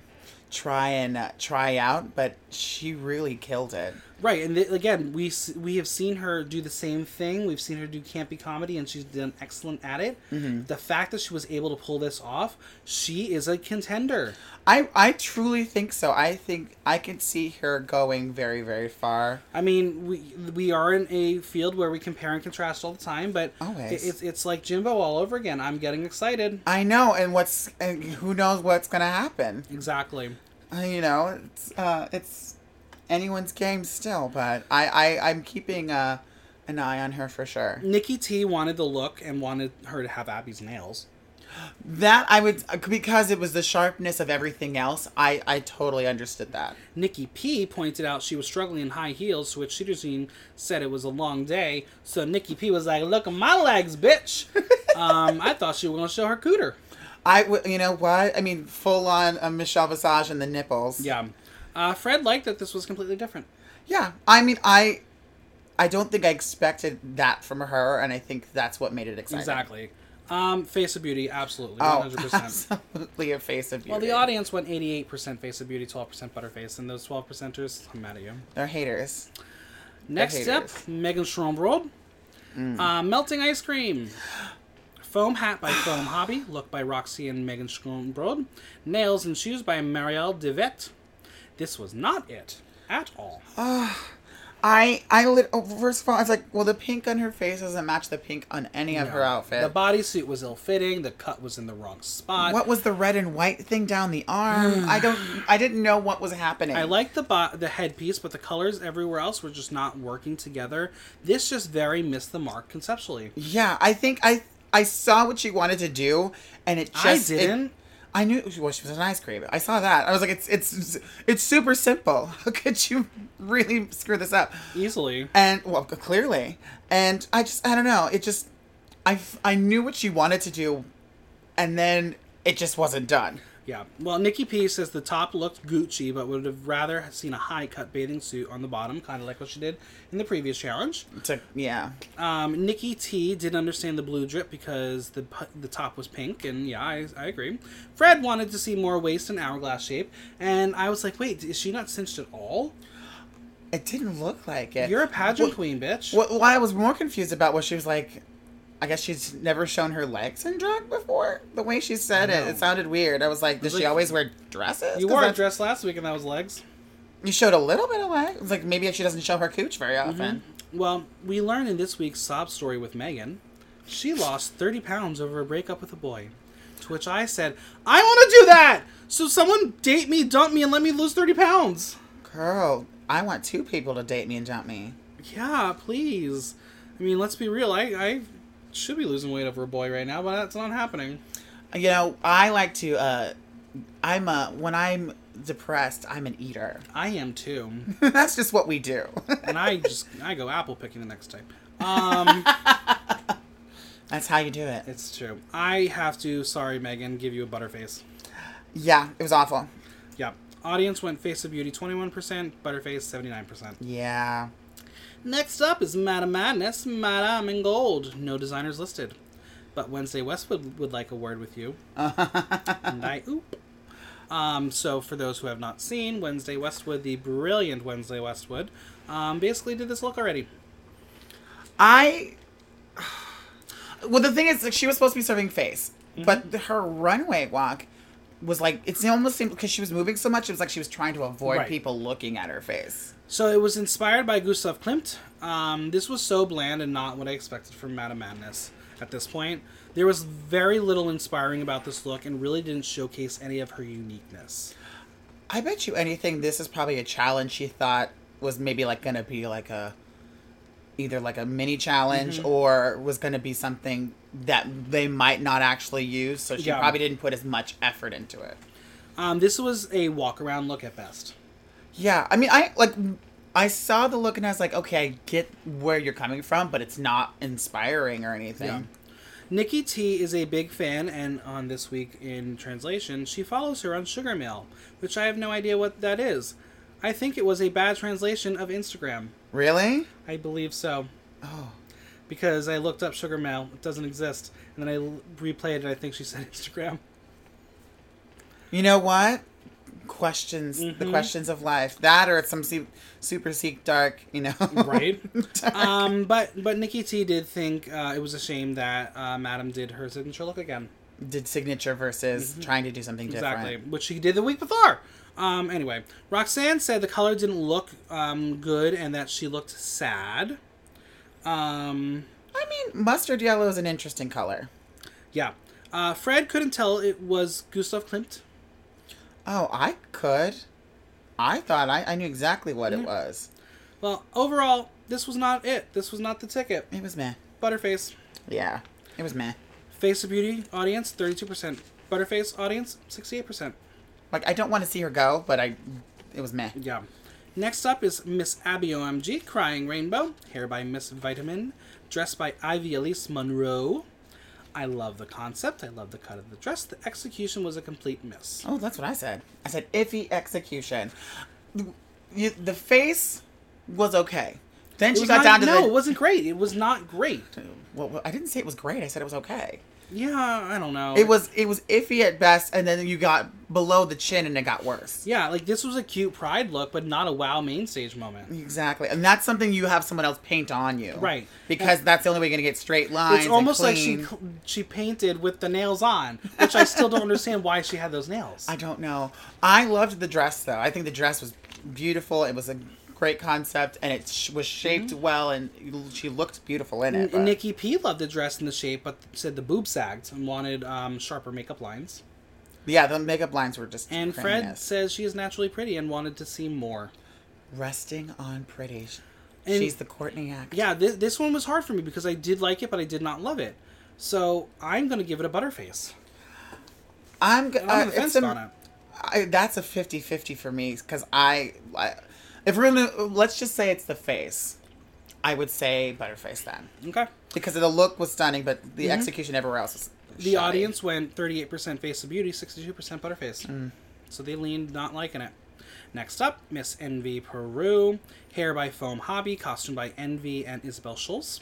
[SPEAKER 2] try and uh, try out. But she really killed it.
[SPEAKER 1] Right, and th- again, we s- we have seen her do the same thing. We've seen her do campy comedy, and she's done excellent at it. The fact that she was able to pull this off, she is a contender.
[SPEAKER 2] I I truly think so. I think I can see her going very very far.
[SPEAKER 1] I mean, we we are in a field where we compare and contrast all the time, but
[SPEAKER 2] Always.
[SPEAKER 1] it- it's it's like Jimbo all over again. I'm getting excited.
[SPEAKER 2] I know, and what's and who knows what's gonna happen.
[SPEAKER 1] Exactly.
[SPEAKER 2] Uh, you know, it's uh, it's anyone's game still, but I, I I'm keeping uh, an eye on her for sure.
[SPEAKER 1] Nikki T wanted the look and wanted her to have Abby's nails.
[SPEAKER 2] That I would because it was the sharpness of everything else. I I totally understood that.
[SPEAKER 1] Nikki P pointed out she was struggling in high heels, to which Cedrazine said it was a long day. So Nikki P was like, "Look at my legs, bitch." um, I thought she was gonna show her cooter.
[SPEAKER 2] I w- you know what I mean? Full on uh, Michelle Visage and the nipples.
[SPEAKER 1] Yeah. Uh, Fred liked that this was completely different.
[SPEAKER 2] yeah. I mean I. I don't think I expected that from her, and I think that's what made it exciting.
[SPEAKER 1] Exactly. Um, face of beauty, absolutely, one
[SPEAKER 2] Oh,
[SPEAKER 1] hundred percent.
[SPEAKER 2] absolutely a face of beauty.
[SPEAKER 1] Well, the audience went eighty-eight percent face of beauty, twelve percent butterface, and those twelve percenters, I'm mad at you.
[SPEAKER 2] They're haters.
[SPEAKER 1] Next up,
[SPEAKER 2] haters.
[SPEAKER 1] Megan Schrombrold.
[SPEAKER 2] Mm.
[SPEAKER 1] Uh, melting ice cream. Foam hat by Foam Hobby. Look by Roxy and Megan Schrombrold. Nails and shoes by Marielle Devet. This was not it at all.
[SPEAKER 2] I I lit. Oh, first of all, I was like, well, the pink on her face doesn't match the pink on any of her
[SPEAKER 1] The
[SPEAKER 2] outfit.
[SPEAKER 1] bodysuit was ill-fitting. The cut was in the wrong spot.
[SPEAKER 2] what was the red and white thing down the arm? I don't. I didn't know what was happening.
[SPEAKER 1] Hmm. I like the bo- the headpiece, but the colors everywhere else were just not working together. This just very missed the mark conceptually.
[SPEAKER 2] Yeah, I think I I saw what she wanted to do, and it just
[SPEAKER 1] I
[SPEAKER 2] it-
[SPEAKER 1] didn't.
[SPEAKER 2] I knew well, she was an ice cream. I saw that. I was like, it's it's it's super simple. How could you really screw this up?
[SPEAKER 1] Easily.
[SPEAKER 2] And well, c- clearly, and I just I don't know. It just I f- I knew what she wanted to do, and then it just wasn't done.
[SPEAKER 1] Yeah. Well, Nikki P says the top looked Gucci, but would have rather have seen a high cut bathing suit on the bottom, kind of like what she did in the previous challenge.
[SPEAKER 2] To, yeah,
[SPEAKER 1] Um, Nikki T didn't understand the blue drip because the pu- the top was pink, and yeah, I, I agree. Fred wanted to see more waist and hourglass shape, and I was like, wait, is she not cinched at all?
[SPEAKER 2] it didn't look like it.
[SPEAKER 1] You're a pageant
[SPEAKER 2] Wh-
[SPEAKER 1] queen, bitch.
[SPEAKER 2] What, what I was more confused about was she was like, I guess she's never shown her legs in drag before. The way she said it, it sounded weird. I was like, does she
[SPEAKER 1] like-
[SPEAKER 2] always wear dresses?
[SPEAKER 1] You
[SPEAKER 2] 'Cause
[SPEAKER 1] wore a
[SPEAKER 2] that's-
[SPEAKER 1] dress last week, and that was legs.
[SPEAKER 2] You showed a little bit of legs. It's like maybe she doesn't show her cooch very often.
[SPEAKER 1] Well, we learn in this week's sob story with Megan, she lost 30 pounds over a breakup with a boy. To which I said, I want to do that! So someone date me, dump me, and let me lose 30 pounds!
[SPEAKER 2] Girl, I want two people to date me and jump me.
[SPEAKER 1] Yeah, please. I mean, let's be real, I, I should be losing weight over a boy right now, but that's not happening.
[SPEAKER 2] You know, I like to. uh I'm a when I'm depressed, I'm an eater.
[SPEAKER 1] I am too.
[SPEAKER 2] That's just what we do.
[SPEAKER 1] And I just, I go apple picking the next time. Um,
[SPEAKER 2] That's how you do it.
[SPEAKER 1] it's true. I have to, sorry, Megan, give you a butterface.
[SPEAKER 2] Yeah, it was awful.
[SPEAKER 1] Yeah. Audience went Face of Beauty 21%, Butterface 79%.
[SPEAKER 2] Yeah.
[SPEAKER 1] Next up is Madame Madness, Madame in Gold. No designers listed. But Wednesday Westwood would like a word with you. and I oop. Um, so, for those who have not seen, Wednesday Westwood, the brilliant Wednesday Westwood, um, basically did this look already.
[SPEAKER 2] I. Well, the thing is, like, she was supposed to be serving face,
[SPEAKER 1] Mm-hmm.
[SPEAKER 2] but the- her runway walk was like it's almost seemed because she was moving so much. It was like she was trying to avoid
[SPEAKER 1] Right.
[SPEAKER 2] people looking at her face.
[SPEAKER 1] So, it was inspired by Gustav Klimt. Um, this was so bland and not what I expected from Madame Madness at this point. There was very little inspiring about this look and really didn't showcase any of her uniqueness.
[SPEAKER 2] I bet you anything, this is probably a challenge she thought was maybe like gonna be like a either like a mini challenge
[SPEAKER 1] Mm-hmm.
[SPEAKER 2] or was gonna be something that they might not actually use. So she
[SPEAKER 1] Yeah.
[SPEAKER 2] probably didn't put as much effort into it.
[SPEAKER 1] Um, this was a walk around look at best.
[SPEAKER 2] Yeah, I mean, I like, I saw the look and I was like, okay, I get where you're coming from, but it's not inspiring or anything.
[SPEAKER 1] Yeah. Nikki T is a big fan, and on this week in translation, she follows her on Sugar Mail, which I have no idea what that is. I think it was a bad translation of Instagram.
[SPEAKER 2] Really?
[SPEAKER 1] I believe so,
[SPEAKER 2] Oh,
[SPEAKER 1] because I looked up Sugar Mail. It doesn't exist, and then I l- replayed it. I think she said Instagram.
[SPEAKER 2] you know what? Questions, the
[SPEAKER 1] Mhm.
[SPEAKER 2] questions of life. That or it's some se- super seek dark, you know?
[SPEAKER 1] Right.
[SPEAKER 2] Dark.
[SPEAKER 1] um, but but Nikki T did think uh, it was a shame that uh, Madam did her signature look again.
[SPEAKER 2] Did signature versus trying to do something different.
[SPEAKER 1] Mm-hmm. Exactly, which she did the week before. Um, anyway, Roxanne said the color didn't look um, good and that she looked sad. Um,
[SPEAKER 2] I mean, mustard yellow is an interesting color.
[SPEAKER 1] yeah. Uh, Fred couldn't tell it was Gustav Klimt.
[SPEAKER 2] Oh, I could. I thought I, I knew exactly what it was.
[SPEAKER 1] Well, overall, this was not it. This was not the ticket.
[SPEAKER 2] It was meh.
[SPEAKER 1] Butterface.
[SPEAKER 2] Yeah. It was meh.
[SPEAKER 1] Face of Beauty audience, 32%. Butterface audience, 68%.
[SPEAKER 2] Like, I don't want to see her go, but I. It was meh.
[SPEAKER 1] Yeah. Next up is Miss Abby OMG, Crying Rainbow, hair by Miss Vitamin, dressed by Ivy Elise Monroe. I love the concept. I love the cut of the dress. The execution was a complete miss.
[SPEAKER 2] Oh, that's what I said. I said iffy execution. You- The face was okay. Then
[SPEAKER 1] It
[SPEAKER 2] she
[SPEAKER 1] was
[SPEAKER 2] got
[SPEAKER 1] not-
[SPEAKER 2] down to
[SPEAKER 1] no,
[SPEAKER 2] the.
[SPEAKER 1] it wasn't great. It was not great.
[SPEAKER 2] Well, well, I didn't say it was great. I said it was okay.
[SPEAKER 1] Yeah, I don't know.
[SPEAKER 2] It was it was iffy at best, and then you got below the chin, and it got worse.
[SPEAKER 1] Yeah, like this was a cute pride look, but not a wow main stage moment.
[SPEAKER 2] Exactly, and that's something you have someone else paint on you,
[SPEAKER 1] Right.
[SPEAKER 2] Because that's the only way you're gonna get straight lines.
[SPEAKER 1] It's
[SPEAKER 2] and
[SPEAKER 1] almost like she
[SPEAKER 2] clean.
[SPEAKER 1] cl- she painted with the nails on, which I still don't understand why she had those nails.
[SPEAKER 2] I don't know. I loved the dress though. I think the dress was beautiful. It was a great concept, and it sh- was shaped well, and she looked beautiful in it.
[SPEAKER 1] Mm-hmm. And
[SPEAKER 2] but-
[SPEAKER 1] Nikki P loved the dress and the shape, but said the boob sagged and wanted um, sharper makeup lines.
[SPEAKER 2] yeah, the makeup lines were just
[SPEAKER 1] And Fred
[SPEAKER 2] craziness.
[SPEAKER 1] says she is naturally pretty and wanted to see more.
[SPEAKER 2] resting on pretty.
[SPEAKER 1] And-
[SPEAKER 2] She's the Courtney act.
[SPEAKER 1] Yeah, this, this one was hard for me because I did like it, but I did not love it. So I'm going to give it a butterface.
[SPEAKER 2] I'm. g-
[SPEAKER 1] And I'm
[SPEAKER 2] uh,
[SPEAKER 1] on the
[SPEAKER 2] it's
[SPEAKER 1] fence
[SPEAKER 2] a-
[SPEAKER 1] on it.
[SPEAKER 2] I, that's a 50-50 for me because I, I, if we're gonna let's just say it's the face, I would say butterface then
[SPEAKER 1] Okay.
[SPEAKER 2] because the look was stunning, but the execution everywhere else was
[SPEAKER 1] Mm-hmm. The
[SPEAKER 2] shoddy.
[SPEAKER 1] audience went 38% face of beauty, 62% butterface.
[SPEAKER 2] Hmm.
[SPEAKER 1] So they leaned not liking it. Next up, Miss Envy Peru, hair by Foam Hobby, costume by Envy and Isabel Schultz.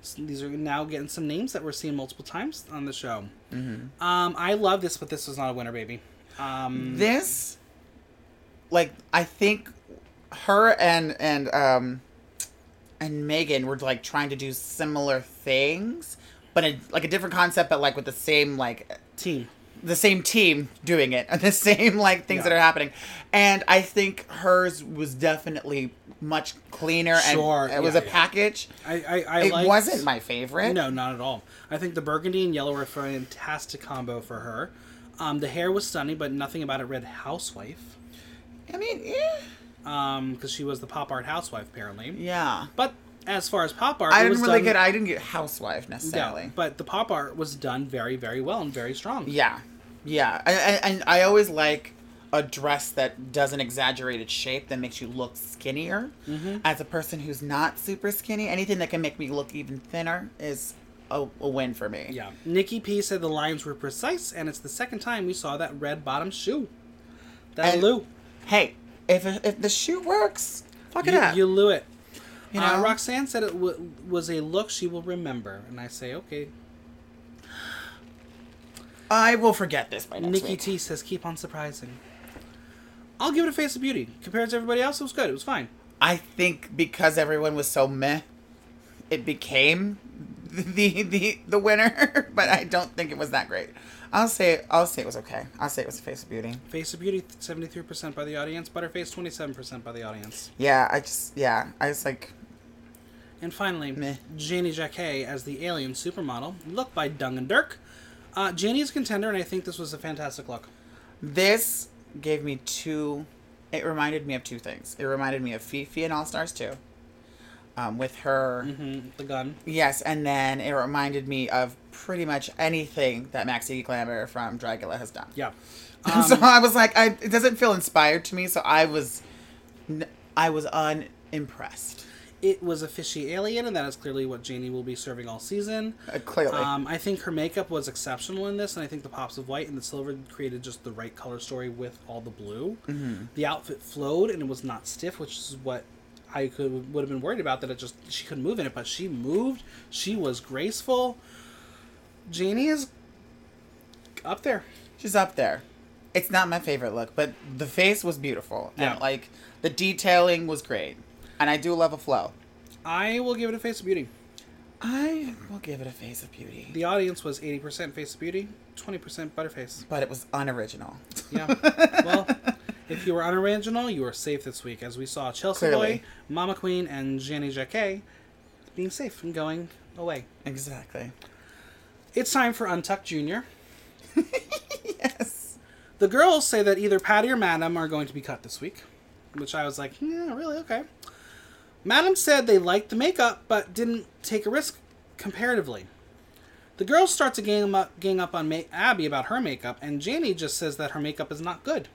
[SPEAKER 1] S- These are now getting some names that we're seeing multiple times on the show.
[SPEAKER 2] Mm-hmm.
[SPEAKER 1] Um, I love this, but this was not a winner, baby. Um,
[SPEAKER 2] This, like, I think her and and um and Megan were like trying to do similar things, but a, like a different concept, but like with the same like
[SPEAKER 1] team.
[SPEAKER 2] the same team doing it and the same like things
[SPEAKER 1] Yeah.
[SPEAKER 2] that are happening and i think hers was definitely much cleaner
[SPEAKER 1] Sure,
[SPEAKER 2] and it was
[SPEAKER 1] yeah,
[SPEAKER 2] a
[SPEAKER 1] yeah.
[SPEAKER 2] package
[SPEAKER 1] I, I, I
[SPEAKER 2] it
[SPEAKER 1] liked-
[SPEAKER 2] wasn't my favorite
[SPEAKER 1] No, not at all. I think the burgundy and yellow are a fantastic combo for her. Um, the hair was stunning, but nothing about it read housewife.
[SPEAKER 2] i mean eh. yeah,
[SPEAKER 1] because she was the pop art housewife apparently.
[SPEAKER 2] yeah.
[SPEAKER 1] But as far as pop art,
[SPEAKER 2] i
[SPEAKER 1] it
[SPEAKER 2] didn't
[SPEAKER 1] was
[SPEAKER 2] really
[SPEAKER 1] done,
[SPEAKER 2] get i didn't get housewife
[SPEAKER 1] yeah,
[SPEAKER 2] necessarily
[SPEAKER 1] but the pop art was done very, very well and very strong.
[SPEAKER 2] yeah yeah and, and, and i always like a dress that does an exaggerated shape that makes you look skinnier
[SPEAKER 1] Mm-hmm.
[SPEAKER 2] as a person who's not super skinny anything that can make me look even thinner is a, a win for me
[SPEAKER 1] Yeah. Nikki P said the lines were precise, and it's the second time we saw that red bottom shoe. That
[SPEAKER 2] And-
[SPEAKER 1] Lou.
[SPEAKER 2] hey, if if the shoe works, fuck it
[SPEAKER 1] You,
[SPEAKER 2] up.
[SPEAKER 1] you Lou it.
[SPEAKER 2] You
[SPEAKER 1] Uh,
[SPEAKER 2] know?
[SPEAKER 1] Roxanne said it w- was a look she will remember, and I say okay.
[SPEAKER 2] I will forget this by next
[SPEAKER 1] Nikki
[SPEAKER 2] week.
[SPEAKER 1] T says keep on surprising. I'll give it a face of beauty. Compared to everybody else, it was good. It was fine.
[SPEAKER 2] I think because everyone was so meh, it became the the the winner. but I don't think it was that great. I'll say I'll say it was okay. I'll say it was a face of beauty.
[SPEAKER 1] Face of Beauty, 73% by the audience. Butterface, 27% by the audience.
[SPEAKER 2] Yeah, I just yeah, I was like
[SPEAKER 1] And finally,
[SPEAKER 2] Meh.
[SPEAKER 1] Janie Jacquet as the alien supermodel. Look by Dung and Dirk. Uh, Janie's contender, and I think this was a fantastic look.
[SPEAKER 2] this gave me two. It reminded me of two things. It reminded me of Fifi and All Stars two, um, with her.
[SPEAKER 1] Mm, the gun.
[SPEAKER 2] Yes, and then it reminded me of pretty much anything that Maxi Glamour from Dragula has done.
[SPEAKER 1] Yeah. um,
[SPEAKER 2] so I was like, I, it doesn't feel inspired to me. So I was, n- I was unimpressed.
[SPEAKER 1] It was a fishy alien, and that is clearly what Janie will be serving all season.
[SPEAKER 2] Uh, clearly,
[SPEAKER 1] Um, I think her makeup was exceptional in this, and I think the pops of white and the silver created just the right color story with all the blue. Mm-hmm. The outfit flowed, and it was not stiff, which is what I could would have been worried about that it just she couldn't move in it, but she moved. She was graceful. Janie is up there.
[SPEAKER 2] she's up there. It's not my favorite look, but the face was beautiful,
[SPEAKER 1] Yeah.
[SPEAKER 2] and like the detailing was great, and I do love a flow.
[SPEAKER 1] I will give it a face of beauty.
[SPEAKER 2] I will give it a face of beauty,
[SPEAKER 1] The audience was eighty percent face of beauty, twenty percent butterface.
[SPEAKER 2] but it was unoriginal.
[SPEAKER 1] Yeah. well, if you were unoriginal, you were safe this week, as we saw Chelsea
[SPEAKER 2] Clearly.
[SPEAKER 1] Boy, Mama Queen, and Jenny Jacquet being safe and going away.
[SPEAKER 2] Exactly.
[SPEAKER 1] It's time for Untucked Jr.
[SPEAKER 2] Yes.
[SPEAKER 1] The girls say that either Patty or Madam are going to be cut this week, which I was like, yeah, really? Okay. Madam said they liked the makeup, but didn't take a risk comparatively. The girls start to gang up, gang up on Ma- Abby about her makeup, and Janie just says that her makeup is not good.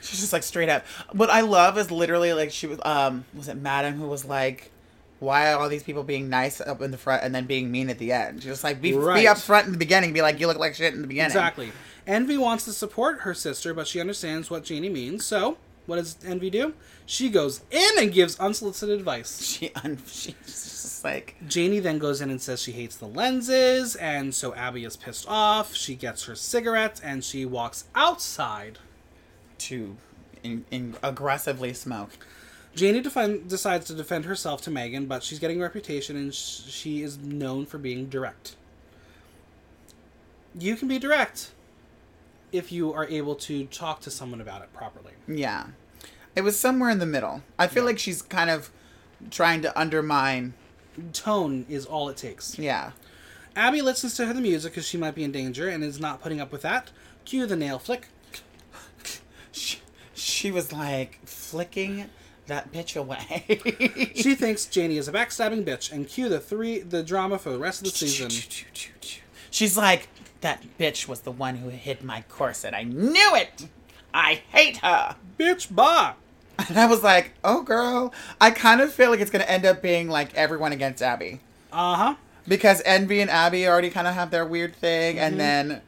[SPEAKER 2] She's just like straight up. What I love is literally like she was um was it Madam who was like, why are all these people being nice up in the front and then being mean at the end? She was like be,
[SPEAKER 1] Right.
[SPEAKER 2] be up front in the beginning, be like you look like shit in the beginning.
[SPEAKER 1] Exactly. Envy wants to support her sister, but she understands what Janie means, so What does Envy do? She goes in and gives unsolicited advice.
[SPEAKER 2] She un- she's just like
[SPEAKER 1] Janie then goes in and says she hates the lenses, and so Abby is pissed off. She gets her cigarettes and she walks outside.
[SPEAKER 2] to in, in aggressively smoke.
[SPEAKER 1] Janie defend, decides to defend herself to Megan, but she's getting a reputation and sh- she is known for being direct. You can be direct if you are able to talk to someone about it properly.
[SPEAKER 2] Yeah. It was somewhere in the middle. I feel like she's kind of trying to undermine.
[SPEAKER 1] Tone is all it takes.
[SPEAKER 2] Yeah.
[SPEAKER 1] Abby listens to the music because she might be in danger and is not putting up with that. Cue the nail flick.
[SPEAKER 2] She, she was like flicking that bitch away.
[SPEAKER 1] She thinks Janie is a backstabbing bitch and cue the three the drama for the rest of the season.
[SPEAKER 2] She's like, that bitch was the one who hid my corset. I knew it. I hate her.
[SPEAKER 1] Bitch bah!
[SPEAKER 2] And I was like, oh, girl. I kind of feel like it's going to end up being like everyone against Abby.
[SPEAKER 1] Uh-huh.
[SPEAKER 2] Because Envy and Abby already kind of have their weird thing. And then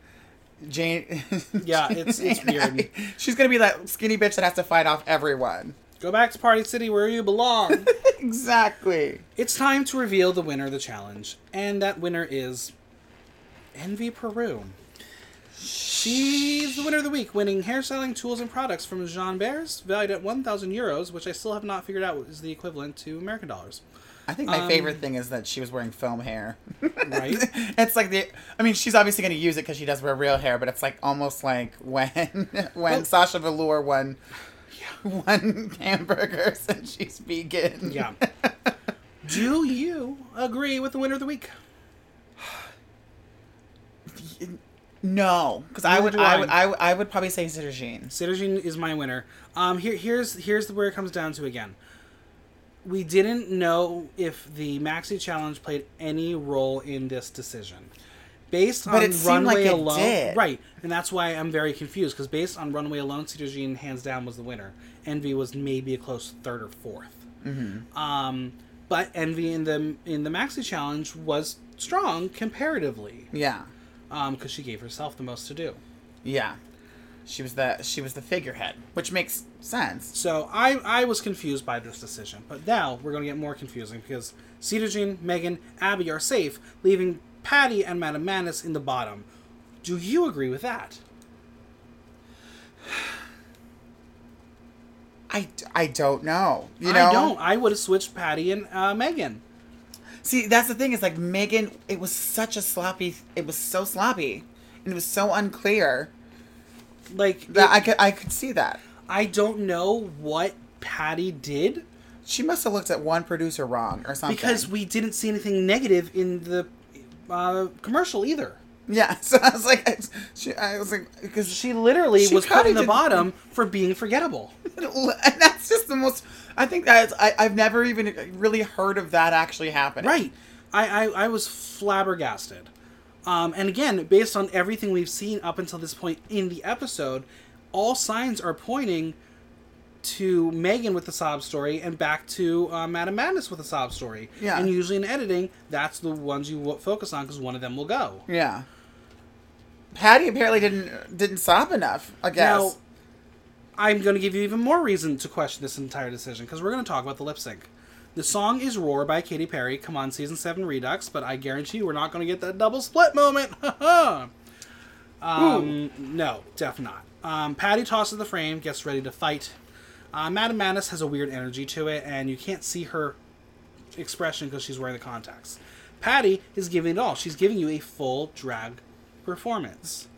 [SPEAKER 2] Jane.
[SPEAKER 1] Yeah, it's it's
[SPEAKER 2] and
[SPEAKER 1] weird.
[SPEAKER 2] Abby- she's going to be that skinny bitch that has to fight off everyone.
[SPEAKER 1] Go back to Party City where you belong.
[SPEAKER 2] Exactly.
[SPEAKER 1] It's time to reveal the winner of the challenge, and that winner is Envy Peru. She's the winner of the week, winning hair styling tools and products from Jean Bears, valued at 1,000 euros, which I still have not figured out is the equivalent to American dollars.
[SPEAKER 2] I think my favorite thing is that she was wearing film hair.
[SPEAKER 1] Right?
[SPEAKER 2] it's like the. I mean, she's obviously going to use it because she does wear real hair, but it's like almost like when when Sasha Velour won won hamburgers and she's vegan.
[SPEAKER 1] yeah. Do you agree with the winner of the week?
[SPEAKER 2] No, because I would,
[SPEAKER 1] do
[SPEAKER 2] I
[SPEAKER 1] I.
[SPEAKER 2] would, I would, I would probably say Cetogene.
[SPEAKER 1] Citizen is my winner. Um, here, here's here's where it comes down to again. We didn't know if the maxi challenge played any role in this decision. Based on
[SPEAKER 2] it seemed
[SPEAKER 1] runway
[SPEAKER 2] like it
[SPEAKER 1] alone,
[SPEAKER 2] did.
[SPEAKER 1] right, and that's why I'm very confused because based on runway alone, Cetogene hands down was the winner. Envy was maybe a close third or 4th
[SPEAKER 2] Mm-hmm.
[SPEAKER 1] Um, but Envy in the in the maxi challenge was strong comparatively
[SPEAKER 2] Yeah,
[SPEAKER 1] because she gave herself the most to do.
[SPEAKER 2] yeah. She was the she was the figurehead, which makes sense.
[SPEAKER 1] So I I was confused by this decision, but now we're going to get more confusing because Cetogene, Megan, Abby are safe, leaving Patty and Madame Madness in the bottom. Do you agree with that?
[SPEAKER 2] I, I don't know. You know,
[SPEAKER 1] I don't. I would have switched Patty and uh, Megan.
[SPEAKER 2] See, that's the thing is like Megan. It was such a sloppy. It was so sloppy, and it was so unclear
[SPEAKER 1] Like it-
[SPEAKER 2] that I could I could see that
[SPEAKER 1] I don't know what Patty did
[SPEAKER 2] she must have looked at one producer wrong or something.
[SPEAKER 1] because we didn't see anything negative in the uh, commercial either.
[SPEAKER 2] yeah, so I was like, I, she, I was like, because she,
[SPEAKER 1] She literally
[SPEAKER 2] She
[SPEAKER 1] was put
[SPEAKER 2] probably
[SPEAKER 1] in the
[SPEAKER 2] didn't-
[SPEAKER 1] bottom for being forgettable.
[SPEAKER 2] and that's just the most. I think that's I I've never even really heard of that actually happening.
[SPEAKER 1] Right. I, I, I was flabbergasted. Um, and again, based on everything we've seen up until this point in the episode, all signs are pointing to Megan with the sob story and back to uh, Madame Madness with the sob story.
[SPEAKER 2] Yeah.
[SPEAKER 1] And usually in editing, that's the ones you wo- focus on because one of them will go.
[SPEAKER 2] Yeah. Patty apparently didn't didn't sob enough. I guess.
[SPEAKER 1] Now, I'm going to give you even more reason to question this entire decision because we're going to talk about the lip sync. The song is Roar by Katy Perry. Come on, season 7 Redux, but I guarantee we're not going to get that double split moment. um, no, def not. Um, Patty tosses the frame, gets ready to fight. Uh, Madame Madness has a weird energy to it, and you can't see her expression because she's wearing the contacts. Patty is giving it all. She's giving you a full drag performance.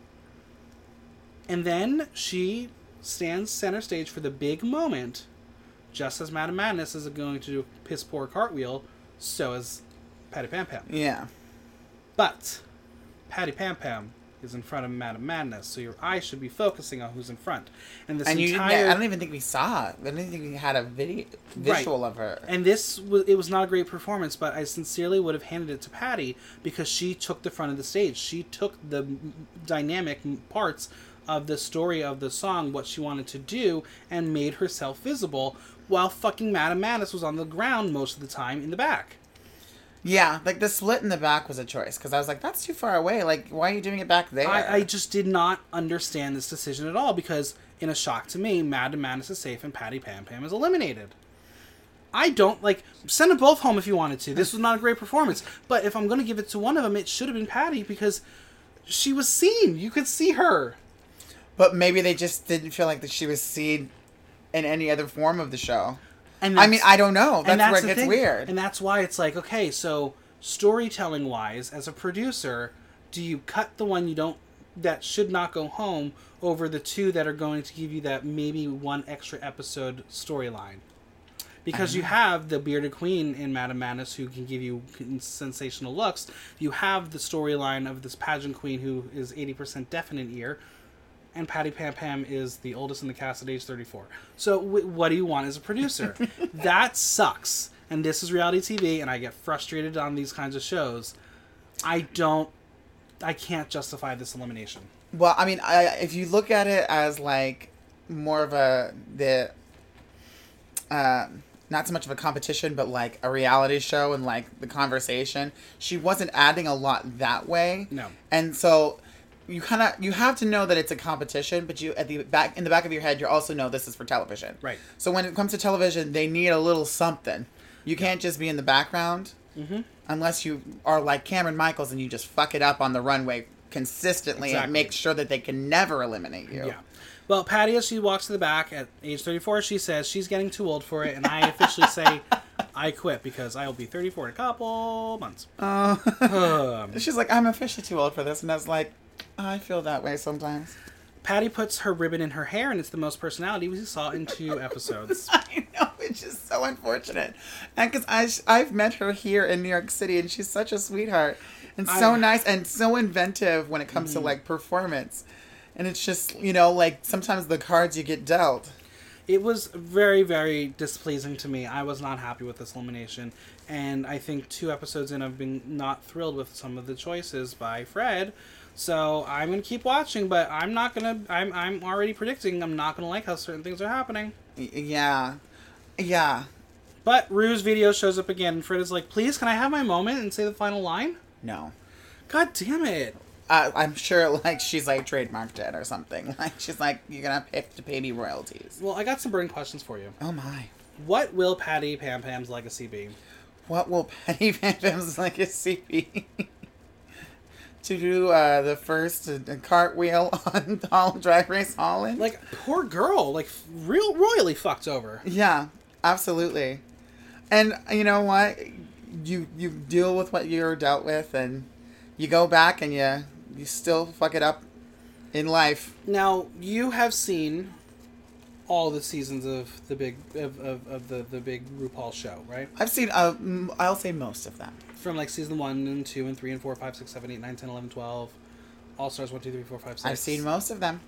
[SPEAKER 1] And then she stands center stage for the big moment, just as Madame Madness is going to do a piss poor cartwheel, so is Patty Pam Pam.
[SPEAKER 2] yeah.
[SPEAKER 1] But Patty Pam Pam is in front of Madame Madness, so your eye should be focusing on who's in front. And this
[SPEAKER 2] And you didn't,
[SPEAKER 1] entire
[SPEAKER 2] I don't even think we saw it. I don't even think we had a video visual of her.
[SPEAKER 1] And this was it was not a great performance, but I sincerely would have handed it to Patty because she took the front of the stage. She took the m- dynamic m- parts of the story of the song, what she wanted to do, and made herself visible. While fucking Madame Mattis was on the ground most of the time in the back.
[SPEAKER 2] Yeah, like the split in the back was a choice because I was like, that's too far away. Like, why are you doing it back there?
[SPEAKER 1] I, I just did not understand this decision at all because In a shock to me, Madam Madness is safe and Patty Pam Pam is eliminated. I don't like send them both home if you wanted to. This was not a great performance, but if I'm going to give it to one of them, it should have been Patty because she was seen. You could see her.
[SPEAKER 2] But maybe they just didn't feel like that she was seen in any other form of the show.
[SPEAKER 1] And
[SPEAKER 2] I mean,
[SPEAKER 1] that's-
[SPEAKER 2] I don't know. That's,
[SPEAKER 1] and that's
[SPEAKER 2] where it
[SPEAKER 1] the
[SPEAKER 2] gets
[SPEAKER 1] thing.
[SPEAKER 2] weird.
[SPEAKER 1] And that's why it's like, okay, so storytelling wise, as a producer, do you cut the one you don't that should not go home over the two that are going to give you that maybe one extra episode storyline? Because you have the bearded queen in Madame Madness who can give you sensational looks. You have the storyline of this pageant queen who is 80% deaf in an ear. And Patty Pam Pam is the oldest in the cast at age 34. So, w- what do you want as a producer? that sucks. And this is reality TV, and I get frustrated on these kinds of shows. I don't, I can't justify this elimination.
[SPEAKER 2] Well, I mean, I, if you look at it as like more of a the um not so much of a competition, but like a reality show and like the conversation, she wasn't adding a lot that way.
[SPEAKER 1] No.
[SPEAKER 2] and so you kind of you have to know that it's a competition, but you at the back in the back of your head, you also know this is for television.
[SPEAKER 1] Right.
[SPEAKER 2] So when it comes to television, they need a little something. You can't just be in the background.
[SPEAKER 1] Mm-hmm.
[SPEAKER 2] Unless you are like Cameron Michaels and you just fuck it up on the runway consistently
[SPEAKER 1] Exactly.
[SPEAKER 2] and make sure that they can never eliminate you.
[SPEAKER 1] Yeah. Well, Patty, as she walks to the back at age 34, she says she's getting too old for it, and I officially say I quit because I will be 34 in a couple months. Um,
[SPEAKER 2] She's like, I'm officially too old for this. And I was like, I feel that way sometimes.
[SPEAKER 1] Patty puts her ribbon in her hair, and it's the most personality we saw in two episodes.
[SPEAKER 2] I know, which is so unfortunate. And because I've met her here in New York City and she's such a sweetheart and
[SPEAKER 1] I-
[SPEAKER 2] so
[SPEAKER 1] Mm-hmm.
[SPEAKER 2] nice and so inventive when it comes to like performance. And it's just, you know, like sometimes the cards you get dealt.
[SPEAKER 1] it was very very displeasing to me i was not happy with this elimination and i think two episodes in i've been not thrilled with some of the choices by fred so i'm gonna keep watching but i'm not gonna i'm, I'm already predicting i'm not gonna like how certain things are happening
[SPEAKER 2] Y- Yeah. Yeah.
[SPEAKER 1] but rue's video shows up again and fred is like please can i have my moment and say the final line
[SPEAKER 2] No.
[SPEAKER 1] god damn it
[SPEAKER 2] I I'm sure, like, she's like trademarked it or something. Like, she's like, you're gonna have to pay me royalties.
[SPEAKER 1] well i got some burning questions for you
[SPEAKER 2] Oh my.
[SPEAKER 1] what will patty pam pam's legacy be
[SPEAKER 2] What will Penny Van Pam's legacy be? to do uh, the first uh, cartwheel on All Drag Race Holland?
[SPEAKER 1] like poor girl like real royally fucked over
[SPEAKER 2] yeah, absolutely. And you know what? You you deal with what you're dealt with, and you go back and you you still fuck it up in life.
[SPEAKER 1] Now you have seen all the seasons of the big of, of, of the the big RuPaul show, right?
[SPEAKER 2] I've seen, uh, m- I'll say most of them.
[SPEAKER 1] From like season one and two and three and four, five, six, seven, eight, nine, ten, eleven, twelve. All Stars one, two, three, four, five, six.
[SPEAKER 2] I've seen most of them.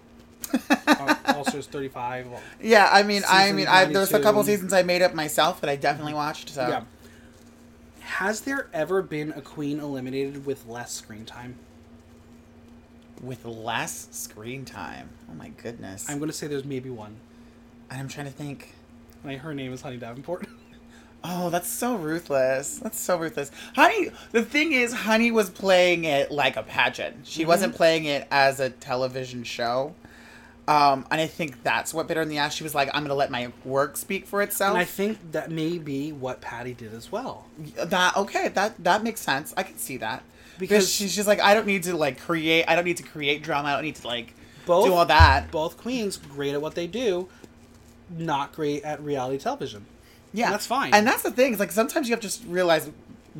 [SPEAKER 1] All, All Stars thirty five.
[SPEAKER 2] Yeah, I mean, I
[SPEAKER 1] Season
[SPEAKER 2] mean, I, there's a couple
[SPEAKER 1] 92.
[SPEAKER 2] seasons I made up myself that I definitely watched. So
[SPEAKER 1] Yeah. Has there ever been a queen eliminated with less screen time?
[SPEAKER 2] with less screen time. Oh my goodness.
[SPEAKER 1] I'm
[SPEAKER 2] I'm,
[SPEAKER 1] gonna say there's maybe one.
[SPEAKER 2] I'm trying to think.
[SPEAKER 1] Like her name is Honey Davenport.
[SPEAKER 2] Oh, that's so ruthless. That's so ruthless. Honey, the thing is, Honey was playing it like a pageant.
[SPEAKER 1] Mm-hmm.
[SPEAKER 2] She wasn't playing it as a television show. Um, and I think that's what bit her in the ass. She was like, I'm going to let my work speak for itself.
[SPEAKER 1] and I think that may be what Patty did as well.
[SPEAKER 2] that okay that that makes sense i can see that because
[SPEAKER 1] Because-
[SPEAKER 2] she's just like i don't need to like create i don't need to create drama i don't need to like
[SPEAKER 1] Both-
[SPEAKER 2] do all that
[SPEAKER 1] Both queens great at what they do, not great at reality television.
[SPEAKER 2] yeah
[SPEAKER 1] that's fine.
[SPEAKER 2] and that's the thing it's like sometimes you have to just realize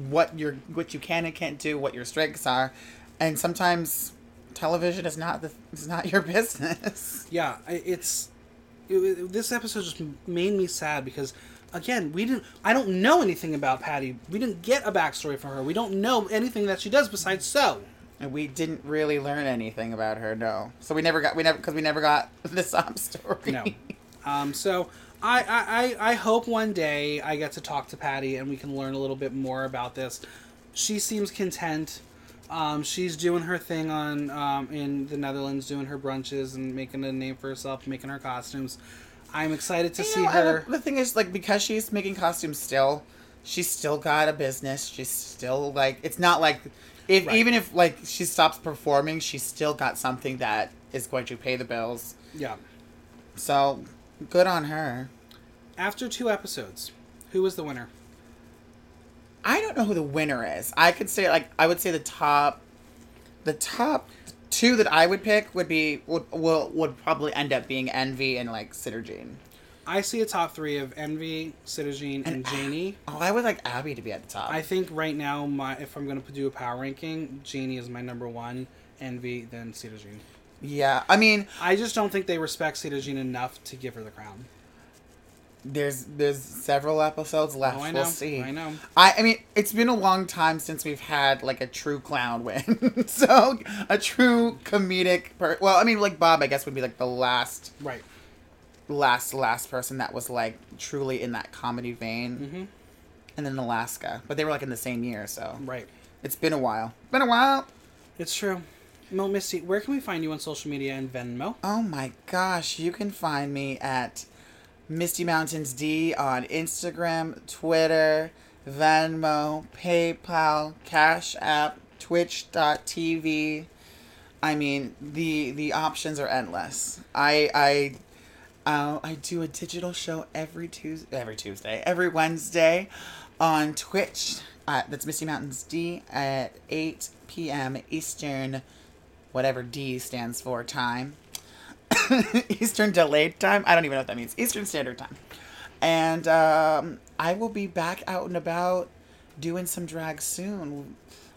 [SPEAKER 2] what you're what you can and can't do what your strengths are and sometimes television is not the is not your business
[SPEAKER 1] yeah I- it's it, it- this episode just m- made me sad because again we didn't i don't know anything about patty we didn't get a backstory for her we don't know anything that she does besides so
[SPEAKER 2] and we didn't really learn anything about her no so we never got we never because we never got the sob story
[SPEAKER 1] no um so I, I i i hope one day i get to talk to patty and we can learn a little bit more about this she seems content um, she's doing her thing on um, in the Netherlands, doing her brunches and making a name for herself, making her costumes. I'm excited to
[SPEAKER 2] You
[SPEAKER 1] see
[SPEAKER 2] know, and
[SPEAKER 1] her.
[SPEAKER 2] the- The thing is, like, because she's making costumes still, she's still got a business. She's still like, it's not like, if
[SPEAKER 1] Right.
[SPEAKER 2] even if like she stops performing, she's still got something that is going to pay the bills.
[SPEAKER 1] Yeah.
[SPEAKER 2] So good on her.
[SPEAKER 1] After two episodes, who was the winner?
[SPEAKER 2] I don't know who the winner is. I could say like I would say the top, the top two that I would pick would be would will would probably end up being Envy and like Synergine.
[SPEAKER 1] I see a top three of Envy, Citizen, and Janie.
[SPEAKER 2] Oh, I would like Abby to be at the top.
[SPEAKER 1] I think right now, my if I'm gonna do a power ranking, Janie is my number one. Envy, then Citizen.
[SPEAKER 2] yeah, I mean,
[SPEAKER 1] I just don't think they respect Citizen enough to give her the crown.
[SPEAKER 2] there's there's several episodes left.
[SPEAKER 1] Oh, I
[SPEAKER 2] we'll
[SPEAKER 1] know.
[SPEAKER 2] see.
[SPEAKER 1] I know.
[SPEAKER 2] I, I mean, it's been a long time since we've had like a true clown win. so a true comedic per- well, I mean, like Bob, I guess would be like the last,
[SPEAKER 1] Right.
[SPEAKER 2] last, last person that was like truly in that comedy vein. Mm-hmm. And then Alaska, but they were like in the same year, so
[SPEAKER 1] Right.
[SPEAKER 2] it's been a while. Been a while.
[SPEAKER 1] It's true. Mo Misty, where can we find you on social media and Venmo?
[SPEAKER 2] Oh my gosh, you can find me at Misty Mountains D on Instagram, Twitter, Venmo, PayPal, Cash App, Twitch.tv. I mean, the the options are endless. I I uh, I do a digital show every Tuesday, every Tuesday, every Wednesday on Twitch. Uh, that's Misty Mountains D at 8 p.m. Eastern, whatever D stands for, time. Eastern delayed time. I don't even know what that means. Eastern Standard Time. And um, I will be back out and about doing some drag soon.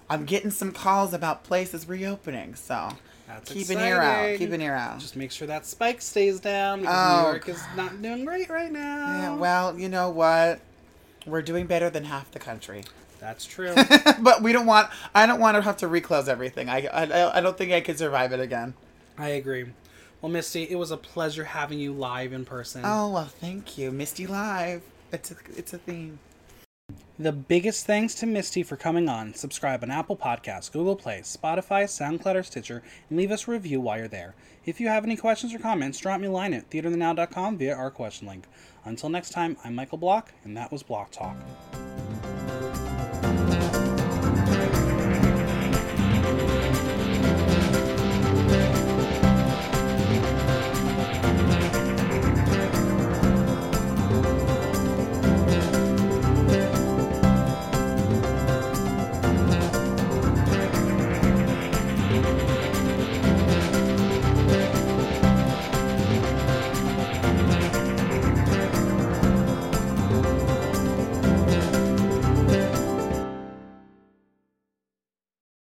[SPEAKER 2] I'm getting some calls about places reopening, so
[SPEAKER 1] That's
[SPEAKER 2] keep an ear out.
[SPEAKER 1] exciting.
[SPEAKER 2] Keep an ear out.
[SPEAKER 1] Just make sure that spike stays down because
[SPEAKER 2] Oh,
[SPEAKER 1] New York is not doing great right now.
[SPEAKER 2] Yeah, well, you know what? We're doing better than half the country,
[SPEAKER 1] That's true.
[SPEAKER 2] but we don't want. I don't want to have to reclose everything. I, I, I don't think I could survive it again.
[SPEAKER 1] I agree. Well, Misty, it was a pleasure having you live in person.
[SPEAKER 2] Oh well, thank you, Misty Live. It's a, it's a theme.
[SPEAKER 1] The biggest thanks to Misty for coming on. Subscribe on Apple Podcasts, Google Play, Spotify, SoundCloud, or Stitcher, and leave us a review while you're there. If you have any questions or comments, drop me a line at theaterthenow.com via our question link. Until next time, I'm Michael Block, and that was Block Talk.